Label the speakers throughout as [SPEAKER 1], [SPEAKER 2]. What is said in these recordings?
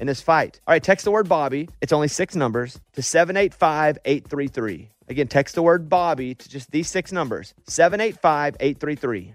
[SPEAKER 1] in this fight. All right, text the word Bobby. It's only six numbers to 785 833. Again, text the word Bobby to just these six numbers 785 833.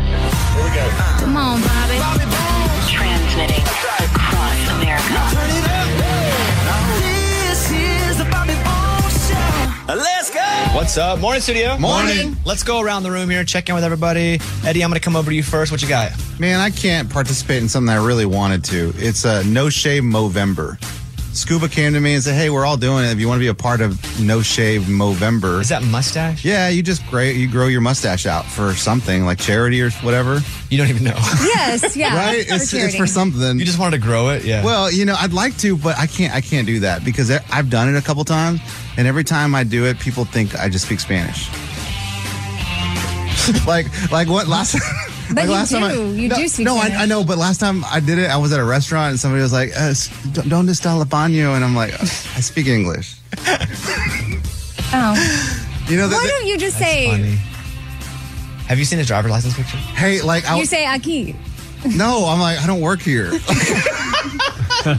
[SPEAKER 2] Come on, Bobby. Transmitting across America. This is the Bobby Bones Show.
[SPEAKER 3] Let's go.
[SPEAKER 1] What's up? Morning, studio.
[SPEAKER 4] Morning.
[SPEAKER 1] Let's go around the room here, check in with everybody. Eddie, I'm going to come over to you first. What you got?
[SPEAKER 4] Man, I can't participate in something I really wanted to. It's a uh, No Shave Movember. Scuba came to me and said, "Hey, we're all doing it. If you want to be a part of No Shave Movember,
[SPEAKER 1] Is that mustache?
[SPEAKER 4] yeah, you just grow, you grow your mustache out for something like charity or whatever,
[SPEAKER 1] You don't even know.
[SPEAKER 5] Yes, yeah.
[SPEAKER 4] right?
[SPEAKER 5] for
[SPEAKER 4] It's, it's
[SPEAKER 5] charity.
[SPEAKER 4] for something.
[SPEAKER 1] you just wanted to grow it? Yeah.
[SPEAKER 4] Well, you know, I'd like to, but I can't. I can't do that because I- I've done it a couple times, and every time I do it, people think I just speak Spanish. like, like what last?
[SPEAKER 5] But
[SPEAKER 4] like
[SPEAKER 5] you
[SPEAKER 4] last time I,
[SPEAKER 5] do. You
[SPEAKER 4] no,
[SPEAKER 5] do speak
[SPEAKER 4] No, I,
[SPEAKER 5] Spanish.
[SPEAKER 4] I know, but last time I did it, I was at a restaurant and somebody was like, uh, "Don't está el baño?" and I'm like, "I speak English."
[SPEAKER 5] Oh.
[SPEAKER 4] You know, the,
[SPEAKER 5] Why don't you just say,
[SPEAKER 1] Funny. Have you seen his driver's license picture?
[SPEAKER 4] hey, like, I,
[SPEAKER 5] you say aquí?
[SPEAKER 4] no, I'm like, I don't work here.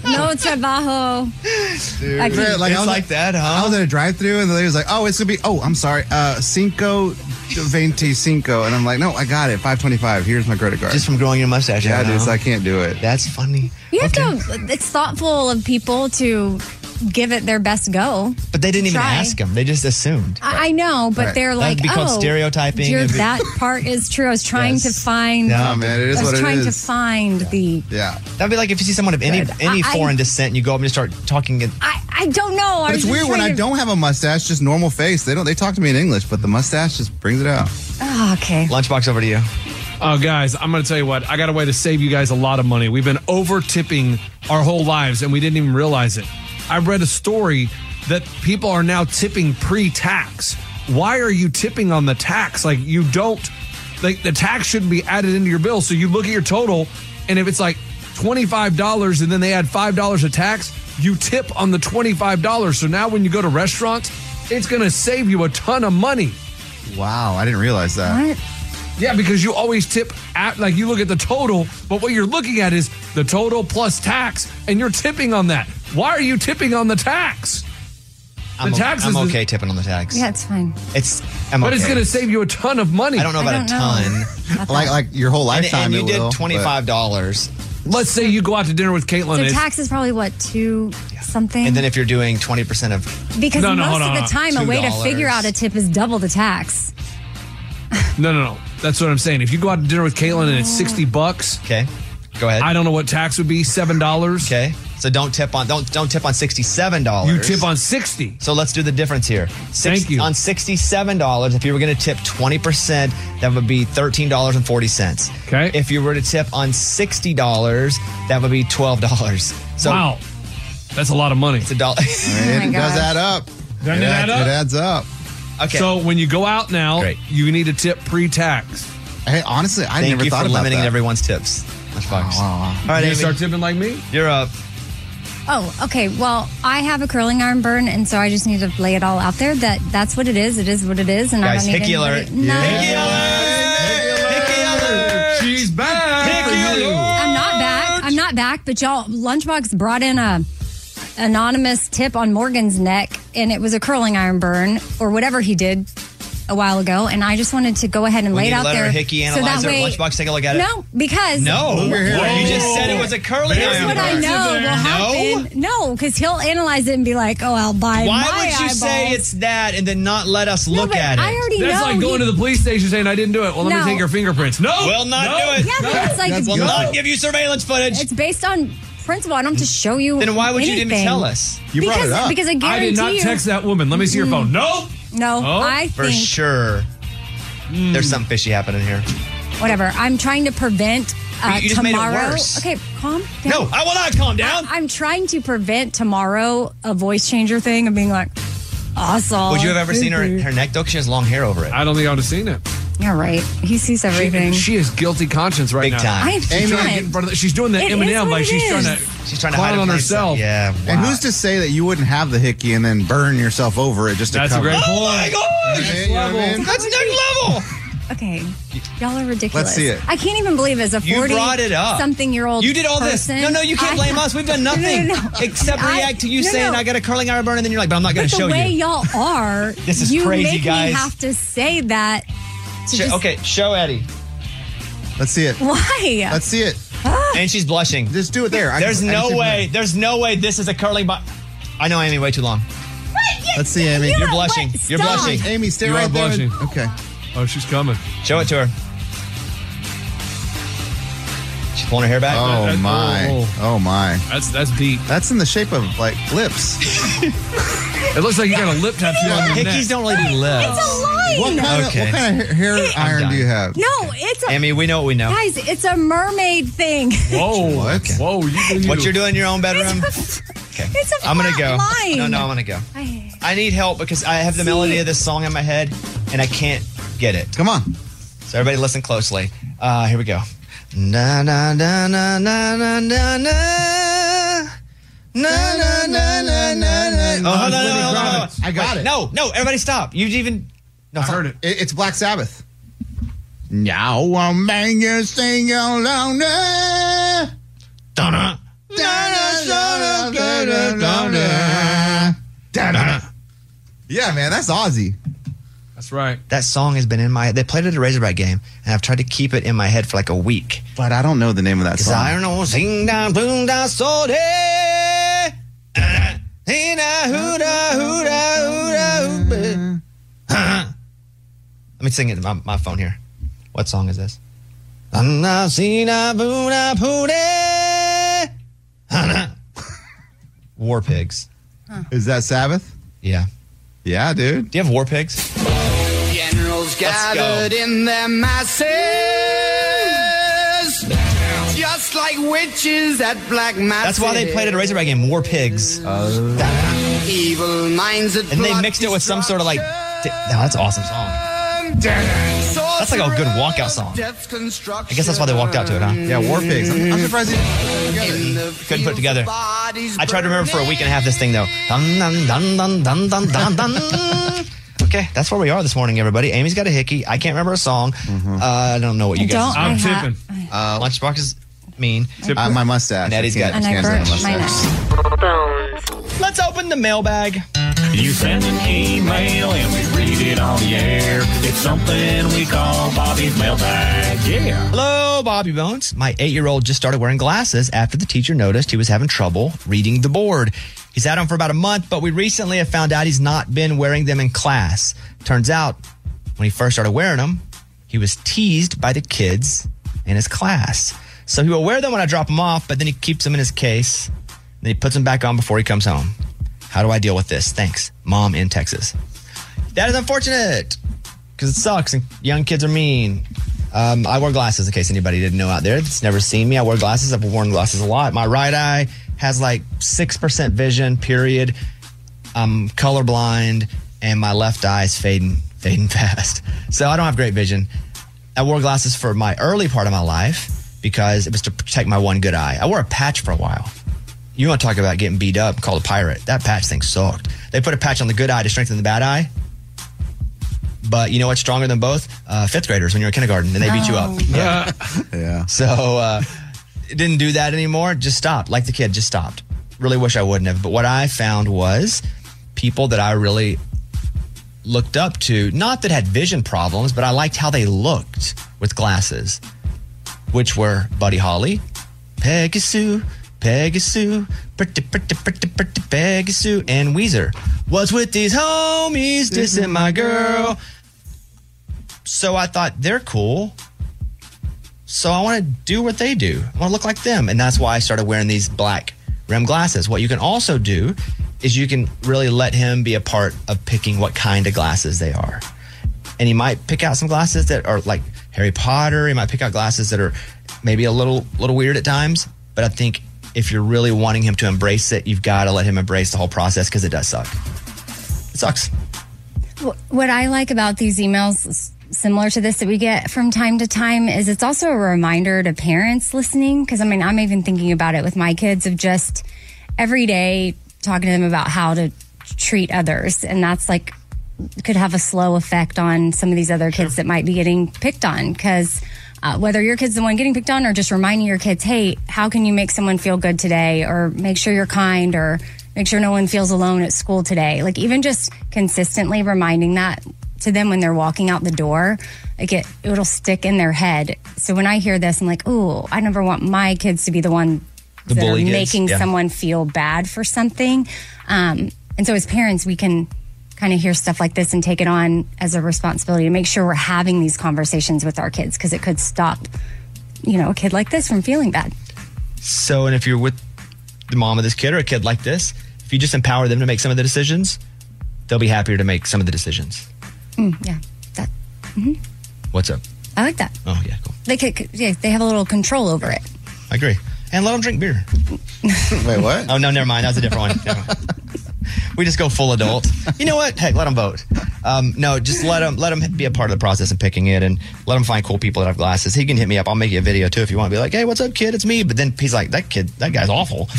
[SPEAKER 5] No trabajo. Aquí.
[SPEAKER 4] Right,
[SPEAKER 1] It's
[SPEAKER 4] I was
[SPEAKER 1] like that, huh?
[SPEAKER 4] I was at a drive-through, and Oh, the lady was like, "Oh, it's gonna be. Oh, I'm sorry, uh, cinco veinticinco," and I'm like, "No, I got it. Five twenty-five. Here's my credit card."
[SPEAKER 1] Just from growing your mustache.
[SPEAKER 4] yeah,
[SPEAKER 1] out,
[SPEAKER 4] dude,
[SPEAKER 1] huh?
[SPEAKER 4] so I can't do it.
[SPEAKER 1] That's funny.
[SPEAKER 5] You have
[SPEAKER 1] Okay.
[SPEAKER 5] to, it's thoughtful of people to give it their best go.
[SPEAKER 1] But they didn't even
[SPEAKER 5] try.
[SPEAKER 1] ask him. They just assumed.
[SPEAKER 5] I, I know, but
[SPEAKER 4] Right.
[SPEAKER 5] they're
[SPEAKER 1] That'd
[SPEAKER 5] like,
[SPEAKER 1] be called
[SPEAKER 5] oh,
[SPEAKER 1] stereotyping.
[SPEAKER 5] dear,
[SPEAKER 1] It'd be-
[SPEAKER 5] that part is true. I was trying
[SPEAKER 1] Yes.
[SPEAKER 5] to find,
[SPEAKER 1] No,
[SPEAKER 4] Oh man, it is
[SPEAKER 5] I
[SPEAKER 4] what
[SPEAKER 5] was
[SPEAKER 4] it
[SPEAKER 5] trying
[SPEAKER 4] is.
[SPEAKER 5] to find the.
[SPEAKER 4] yeah,
[SPEAKER 1] That'd be like if you see someone of any
[SPEAKER 5] Good.
[SPEAKER 1] any
[SPEAKER 5] I-
[SPEAKER 1] foreign descent, and you go up and just start talking. In,
[SPEAKER 5] I, I don't know. I
[SPEAKER 4] but
[SPEAKER 5] was
[SPEAKER 4] it's
[SPEAKER 5] just
[SPEAKER 4] weird when I
[SPEAKER 5] trying to-
[SPEAKER 4] don't have a mustache. Just normal face. They don't. They talk to me in English, but the mustache just brings it out.
[SPEAKER 5] Oh, okay.
[SPEAKER 1] lunchbox over to you.
[SPEAKER 6] Oh, guys, I'm going to tell you what. I got a way to save you guys a lot of money. We've been over tipping our whole lives and we didn't even realize it. I read a story that people are now tipping pre tax. Why are you tipping on the tax? Like, you don't, like, the tax shouldn't be added into your bill. So you look at your total, and if it's like $25 and then they add $5 of tax, you tip on the $25. So now when you go to restaurants, it's going to save you a ton of money.
[SPEAKER 4] Wow, I didn't realize that.
[SPEAKER 5] What?
[SPEAKER 6] Yeah, because you always tip at like you look at the total, but what you're looking at is the total plus tax, and you're tipping on that. Why are you tipping on the tax? The
[SPEAKER 1] I'm, o-
[SPEAKER 6] tax
[SPEAKER 1] I'm
[SPEAKER 6] is-
[SPEAKER 1] okay tipping on the tax.
[SPEAKER 5] Yeah, it's fine.
[SPEAKER 1] It's. I'm
[SPEAKER 6] But it's
[SPEAKER 1] okay.
[SPEAKER 6] going to save you a ton of money.
[SPEAKER 1] I don't know
[SPEAKER 5] I
[SPEAKER 1] about
[SPEAKER 5] don't
[SPEAKER 1] a
[SPEAKER 5] know.
[SPEAKER 1] ton.
[SPEAKER 4] Like, like your whole
[SPEAKER 1] And,
[SPEAKER 4] lifetime.
[SPEAKER 1] and you
[SPEAKER 4] it
[SPEAKER 1] did
[SPEAKER 4] will, but-
[SPEAKER 1] twenty five dollars,
[SPEAKER 6] Let's say you go out to dinner with Caitlin.
[SPEAKER 5] So
[SPEAKER 6] it's-
[SPEAKER 5] tax is probably what two something.
[SPEAKER 1] and then if you're doing twenty percent of
[SPEAKER 5] because
[SPEAKER 6] No, no,
[SPEAKER 5] most
[SPEAKER 6] hold
[SPEAKER 5] of
[SPEAKER 6] on,
[SPEAKER 5] the
[SPEAKER 6] hold
[SPEAKER 5] time, a way to
[SPEAKER 1] $2.
[SPEAKER 5] figure out a tip is double the tax.
[SPEAKER 6] no, no, no. That's what I'm saying. If you go out to dinner with Caitlin and it's sixty bucks,
[SPEAKER 1] Okay, go ahead.
[SPEAKER 6] I don't know what tax would be seven dollars.
[SPEAKER 1] okay, so don't tip on don't don't tip on sixty seven dollars.
[SPEAKER 6] You tip on sixty.
[SPEAKER 1] So let's do the difference here.
[SPEAKER 6] Thank you.
[SPEAKER 1] On sixty seven dollars, if you were going to tip twenty percent, that would be thirteen dollars and forty cents.
[SPEAKER 6] Okay.
[SPEAKER 1] If you were to tip on sixty dollars, that would be twelve dollars. So
[SPEAKER 6] wow, that's a lot of money.
[SPEAKER 1] It's a dollar.
[SPEAKER 5] Oh
[SPEAKER 4] It
[SPEAKER 5] my
[SPEAKER 4] does
[SPEAKER 5] gosh.
[SPEAKER 4] add up.
[SPEAKER 6] Doesn't it
[SPEAKER 4] add-
[SPEAKER 6] add up?
[SPEAKER 4] It adds up.
[SPEAKER 1] okay.
[SPEAKER 6] So when you go out now,
[SPEAKER 1] Great.
[SPEAKER 6] you need to tip pre-tax.
[SPEAKER 4] Hey, honestly, I
[SPEAKER 1] thank
[SPEAKER 4] never
[SPEAKER 1] you
[SPEAKER 4] thought
[SPEAKER 1] for
[SPEAKER 4] about
[SPEAKER 1] limiting
[SPEAKER 4] that.
[SPEAKER 1] everyone's tips. Lunchbox.
[SPEAKER 4] wow, wow.
[SPEAKER 1] All right,
[SPEAKER 6] you
[SPEAKER 1] Amy,
[SPEAKER 6] start tipping like me.
[SPEAKER 1] you're up.
[SPEAKER 5] Oh, okay. Well, I have a curling iron burn, and so I just need to lay it all out there that that's what it is. It is what it is, and
[SPEAKER 1] Guys,
[SPEAKER 5] I don't need
[SPEAKER 1] hickey
[SPEAKER 5] anybody-
[SPEAKER 1] alert.
[SPEAKER 5] No.
[SPEAKER 6] She's back.
[SPEAKER 5] I'm not back. I'm not back. But y'all, Lunchbox brought in a anonymous tip on Morgan's neck, and it was a curling iron burn or whatever he did a while ago. And I just wanted to go ahead and
[SPEAKER 1] We
[SPEAKER 5] lay
[SPEAKER 1] need
[SPEAKER 5] it
[SPEAKER 1] to
[SPEAKER 5] out
[SPEAKER 1] let
[SPEAKER 5] there.
[SPEAKER 1] our hickey analyzer at Lunchbox take a look at it.
[SPEAKER 5] No, because
[SPEAKER 1] No, you just said it was a curling
[SPEAKER 6] There's
[SPEAKER 1] iron.
[SPEAKER 5] That's what I
[SPEAKER 1] burn.
[SPEAKER 5] know will happen. No, because he'll analyze it and be like, "Oh, I'll buy
[SPEAKER 1] Why
[SPEAKER 5] my
[SPEAKER 1] would you
[SPEAKER 5] eyeball."
[SPEAKER 1] say it's that and then not let us
[SPEAKER 5] No,
[SPEAKER 1] look
[SPEAKER 5] but
[SPEAKER 1] at it?
[SPEAKER 5] I already
[SPEAKER 6] That's
[SPEAKER 5] know.
[SPEAKER 6] like going
[SPEAKER 5] he-
[SPEAKER 6] to the police station saying I didn't do it. Well, let
[SPEAKER 5] No.
[SPEAKER 6] me take your fingerprints. No,
[SPEAKER 1] Will not
[SPEAKER 6] no.
[SPEAKER 1] do it.
[SPEAKER 5] Yeah, but it's like
[SPEAKER 4] That's
[SPEAKER 1] Will
[SPEAKER 4] good.
[SPEAKER 1] not give you surveillance footage.
[SPEAKER 5] it's based on principle. I don't have to show you.
[SPEAKER 1] Then why would you
[SPEAKER 5] anything.
[SPEAKER 1] didn't tell us?
[SPEAKER 4] You
[SPEAKER 5] because,
[SPEAKER 4] brought it up.
[SPEAKER 5] Because I
[SPEAKER 6] I
[SPEAKER 5] guarantee
[SPEAKER 6] did not
[SPEAKER 5] you.
[SPEAKER 6] text that woman. Let me see your phone. No.
[SPEAKER 5] No,
[SPEAKER 6] Oh,
[SPEAKER 5] I
[SPEAKER 1] For
[SPEAKER 5] think
[SPEAKER 1] sure.
[SPEAKER 4] Hmm.
[SPEAKER 1] There's something fishy happening here.
[SPEAKER 5] whatever. I'm trying to prevent uh,
[SPEAKER 1] You- you just made it
[SPEAKER 5] tomorrow.
[SPEAKER 1] worse.
[SPEAKER 5] Okay, calm down.
[SPEAKER 1] No, I will not calm down.
[SPEAKER 5] I, am trying to prevent tomorrow a voice changer thing of being like, awesome.
[SPEAKER 1] Would you have ever seen her her neck though? 'Cause She has long hair over it.
[SPEAKER 6] I don't think I would have seen it.
[SPEAKER 5] Yeah, right. He sees everything.
[SPEAKER 6] She, she is guilty conscience right
[SPEAKER 1] Big
[SPEAKER 6] now.
[SPEAKER 1] time.
[SPEAKER 5] I'm
[SPEAKER 6] She's trying to get in
[SPEAKER 5] fine.
[SPEAKER 6] front of the, she's doing that
[SPEAKER 5] It is
[SPEAKER 6] Eminem
[SPEAKER 5] what
[SPEAKER 6] like
[SPEAKER 5] it
[SPEAKER 6] she's trying
[SPEAKER 5] is.
[SPEAKER 6] to.
[SPEAKER 1] She's trying to
[SPEAKER 6] Clown
[SPEAKER 1] hide
[SPEAKER 6] on
[SPEAKER 1] it
[SPEAKER 6] herself.
[SPEAKER 1] Yeah.
[SPEAKER 4] And
[SPEAKER 1] wow.
[SPEAKER 4] who's to say that you wouldn't have the hickey and then burn yourself over it just to
[SPEAKER 6] That's a
[SPEAKER 4] cover
[SPEAKER 6] great
[SPEAKER 4] it?
[SPEAKER 6] point.
[SPEAKER 1] Oh my gosh!
[SPEAKER 4] You know what I mean?
[SPEAKER 1] That's next level.
[SPEAKER 5] Okay, y'all are ridiculous.
[SPEAKER 4] Let's see it.
[SPEAKER 5] I can't even believe as a
[SPEAKER 1] You
[SPEAKER 5] forty
[SPEAKER 1] brought it up.
[SPEAKER 5] something year old.
[SPEAKER 1] You did all this. No, no, you can't blame us. We've done nothing
[SPEAKER 5] no, no, no.
[SPEAKER 1] except
[SPEAKER 5] I-
[SPEAKER 1] react to you
[SPEAKER 5] no,
[SPEAKER 1] saying
[SPEAKER 5] no.
[SPEAKER 1] I got a curling iron burn, and then you're like, but I'm not going
[SPEAKER 5] But
[SPEAKER 1] to show
[SPEAKER 5] the way
[SPEAKER 1] you.
[SPEAKER 5] all are,
[SPEAKER 1] This is
[SPEAKER 5] you
[SPEAKER 1] crazy,
[SPEAKER 5] make
[SPEAKER 1] guys.
[SPEAKER 5] me have to say that. To
[SPEAKER 1] Sh-
[SPEAKER 5] just,
[SPEAKER 1] okay, show Eddie.
[SPEAKER 4] Let's see it.
[SPEAKER 5] Why?
[SPEAKER 4] Let's see it.
[SPEAKER 1] And she's blushing.
[SPEAKER 4] Just do it there. I
[SPEAKER 1] There's
[SPEAKER 4] can- I can
[SPEAKER 1] no
[SPEAKER 4] see it.
[SPEAKER 1] way. There's no way this is a curling. Bu- I know Amy way too long.
[SPEAKER 4] Let's see, Amy.
[SPEAKER 5] You know
[SPEAKER 1] You're
[SPEAKER 5] what?
[SPEAKER 1] blushing. You're
[SPEAKER 5] Stop.
[SPEAKER 1] blushing.
[SPEAKER 4] Amy, stay
[SPEAKER 6] You are
[SPEAKER 4] right there. and-
[SPEAKER 6] blushing.
[SPEAKER 4] Okay.
[SPEAKER 6] Oh, she's coming.
[SPEAKER 1] Show it to her. She's pulling her hair back.
[SPEAKER 4] Oh
[SPEAKER 6] that-
[SPEAKER 4] my.
[SPEAKER 6] oh.
[SPEAKER 4] Oh my.
[SPEAKER 6] That's that's deep.
[SPEAKER 4] That's in the shape of like lips.
[SPEAKER 6] It looks like you got a lip tattoo on your
[SPEAKER 1] Hickeys
[SPEAKER 6] neck.
[SPEAKER 1] don't really do lips.
[SPEAKER 5] It's a line.
[SPEAKER 4] What kind,
[SPEAKER 1] Okay.
[SPEAKER 4] of, what kind of hair iron do
[SPEAKER 1] done.
[SPEAKER 4] you have?
[SPEAKER 5] No, it's a
[SPEAKER 1] Amy, we know what we know.
[SPEAKER 5] guys. It's a mermaid thing.
[SPEAKER 6] Whoa,
[SPEAKER 4] What?
[SPEAKER 6] whoa! You, you,
[SPEAKER 1] What you're doing in your own bedroom? Okay.
[SPEAKER 5] It's a
[SPEAKER 1] I'm gonna
[SPEAKER 5] flat
[SPEAKER 1] go.
[SPEAKER 5] line.
[SPEAKER 1] No, no, I'm gonna go.
[SPEAKER 5] I-
[SPEAKER 1] I need help because I have the
[SPEAKER 5] See?
[SPEAKER 1] melody of this song in my head and I can't get it.
[SPEAKER 4] Come on.
[SPEAKER 1] So everybody listen closely. Uh, here we go. Na na na na na na na na. Na na na na na na. Oh, hold on, hold on, hold on, hold on.
[SPEAKER 4] I got it.
[SPEAKER 1] No, no, everybody stop. You even. No,
[SPEAKER 6] I
[SPEAKER 1] stop.
[SPEAKER 6] heard it.
[SPEAKER 4] It- it's Black Sabbath. Now I'll make you sing along.
[SPEAKER 1] Dun-dun.
[SPEAKER 4] Yeah, man, that's Ozzy.
[SPEAKER 6] That's right.
[SPEAKER 1] That song has been in my. They played it at a Razorback game, and I've tried to keep it in my head for like a week.
[SPEAKER 4] But I don't know the name of that song.
[SPEAKER 1] Desire no sing down, boom down, so day. Let me sing it in my, my phone here. What song is this? Anna, sina, buna, pude. Anna. War pigs.
[SPEAKER 4] Is that Sabbath?
[SPEAKER 1] Yeah.
[SPEAKER 4] Yeah, dude.
[SPEAKER 1] Do you have war pigs?
[SPEAKER 7] Generals gathered in their masses, just like witches at black masses.
[SPEAKER 1] That's why they played at a Razorback game. War pigs.
[SPEAKER 7] evil minds that
[SPEAKER 1] And they
[SPEAKER 7] plot
[SPEAKER 1] mixed it with some sort of like. di- No, that's an awesome song.
[SPEAKER 7] destruction.
[SPEAKER 1] That's like a good walkout song.
[SPEAKER 7] Death's
[SPEAKER 1] I guess that's why they walked out to it, huh?
[SPEAKER 4] Yeah, War Pigs. I'm, I'm surprised you
[SPEAKER 7] In the
[SPEAKER 1] Couldn't put it together.
[SPEAKER 7] fields, bodies
[SPEAKER 1] I tried to remember for a week and a half this thing though. Dun, dun, dun, dun, dun, dun, dun, dun. Okay, that's where we are this morning, everybody. Amy's got a hickey. I can't remember a song. Uh, I don't know what you
[SPEAKER 5] I
[SPEAKER 1] guys.
[SPEAKER 5] don't.
[SPEAKER 6] I'm
[SPEAKER 5] I ha-
[SPEAKER 6] tipping.
[SPEAKER 1] Uh, Lunchbox is mean.
[SPEAKER 4] Uh, my mustache.
[SPEAKER 1] And Eddie's
[SPEAKER 4] I can't-
[SPEAKER 1] got-
[SPEAKER 5] and I
[SPEAKER 4] can't stand
[SPEAKER 5] burnt
[SPEAKER 4] the
[SPEAKER 5] my
[SPEAKER 4] mustache.
[SPEAKER 5] neck.
[SPEAKER 1] Let's open the mailbag.
[SPEAKER 8] You send an email and we read it on the air. It's something we call Bobby's mailbag. Yeah.
[SPEAKER 1] Hello, Bobby Bones. My eight-year-old just started wearing glasses after the teacher noticed he was having trouble reading the board. He's had them for about a month, but we recently have found out he's not been wearing them in class. Turns out, when he first started wearing them, he was teased by the kids in his class. So he will wear them when I drop them off, but then he keeps them in his case. Then he puts them back on before he comes home. How do I deal with this? Thanks, mom in Texas. That is unfortunate because it sucks and young kids are mean. Um, I wear glasses in case anybody didn't know out there that's never seen me. I wear glasses. I've worn glasses a lot. My right eye has like 6% vision, period. I'm colorblind and my left eye is fading, fading fast. So I don't have great vision. I wore glasses for my early part of my life because it was to protect my one good eye. I wore a patch for a while You want to talk about getting beat up, called a pirate. That patch thing sucked. They put a patch on the good eye to strengthen the bad eye. But you know what's stronger than both? Uh, fifth graders when you're in kindergarten and they beat you up.
[SPEAKER 6] Yeah.
[SPEAKER 4] Yeah.
[SPEAKER 1] So uh, it didn't do that anymore. Just stopped. Like the kid, just stopped. Really wish I wouldn't have. But what I found was people that I really looked up to, not that had vision problems, but I liked how they looked with glasses, which were Buddy Holly, Pegasus, Pegasus, pretty, pretty, pretty, pretty Pegasus, and Weezer. What's with these homies dissing my girl? So I thought they're cool. So I want to do what they do. I want to look like them. And that's why I started wearing these black rim glasses. What you can also do is you can really let him be a part of picking what kind of glasses they are. And he might pick out some glasses that are like Harry Potter. He might pick out glasses that are maybe a little little weird at times. But I think if you're really wanting him to embrace it, you've got to let him embrace the whole process because it does suck. It sucks.
[SPEAKER 5] Wh- What I like about these emails, s- similar to this that we get from time to time, is it's also a reminder to parents listening. Because I mean, I'm even thinking about it with my kids of just every day talking to them about how to treat others. And that's like, could have a slow effect on some of these other kids that might be getting picked on. Because uh, whether your kid's the one getting picked on or just reminding your kids, hey, how can you make someone feel good today? Or make sure you're kind or make sure no one feels alone at school today. Like even just consistently reminding that to them when they're walking out the door, like it, it'll stick in their head. So when I hear this, I'm like, ooh, I never want my kids to be the one
[SPEAKER 1] The
[SPEAKER 5] that are
[SPEAKER 1] bully kids,
[SPEAKER 5] making
[SPEAKER 1] yeah.
[SPEAKER 5] someone feel bad for something. Um, and so as parents, we can kind of hear stuff like this and take it on as a responsibility to make sure we're having these conversations with our kids because it could stop, you know, a kid like this from feeling bad.
[SPEAKER 1] So, and if you're with the mom of this kid or a kid like this, if you just empower them to make some of the decisions, they'll be happier to make some of the decisions.
[SPEAKER 5] Mm, yeah, that,
[SPEAKER 1] What's up?
[SPEAKER 5] I like that.
[SPEAKER 1] Oh, yeah, cool.
[SPEAKER 5] They could, yeah, they have a little control over it.
[SPEAKER 1] I agree. And let them drink beer.
[SPEAKER 4] Wait, what?
[SPEAKER 1] Oh, no, never mind. That was a different one. Never mind. We just go full adult. You know what? Heck, let them vote. Um, no, just let them let them be a part of the process and picking it, and let them find cool people that have glasses. He can hit me up. I'll make you a video too if you want. Be like, hey, what's up, kid? It's me. But then he's like, that kid, that guy's awful.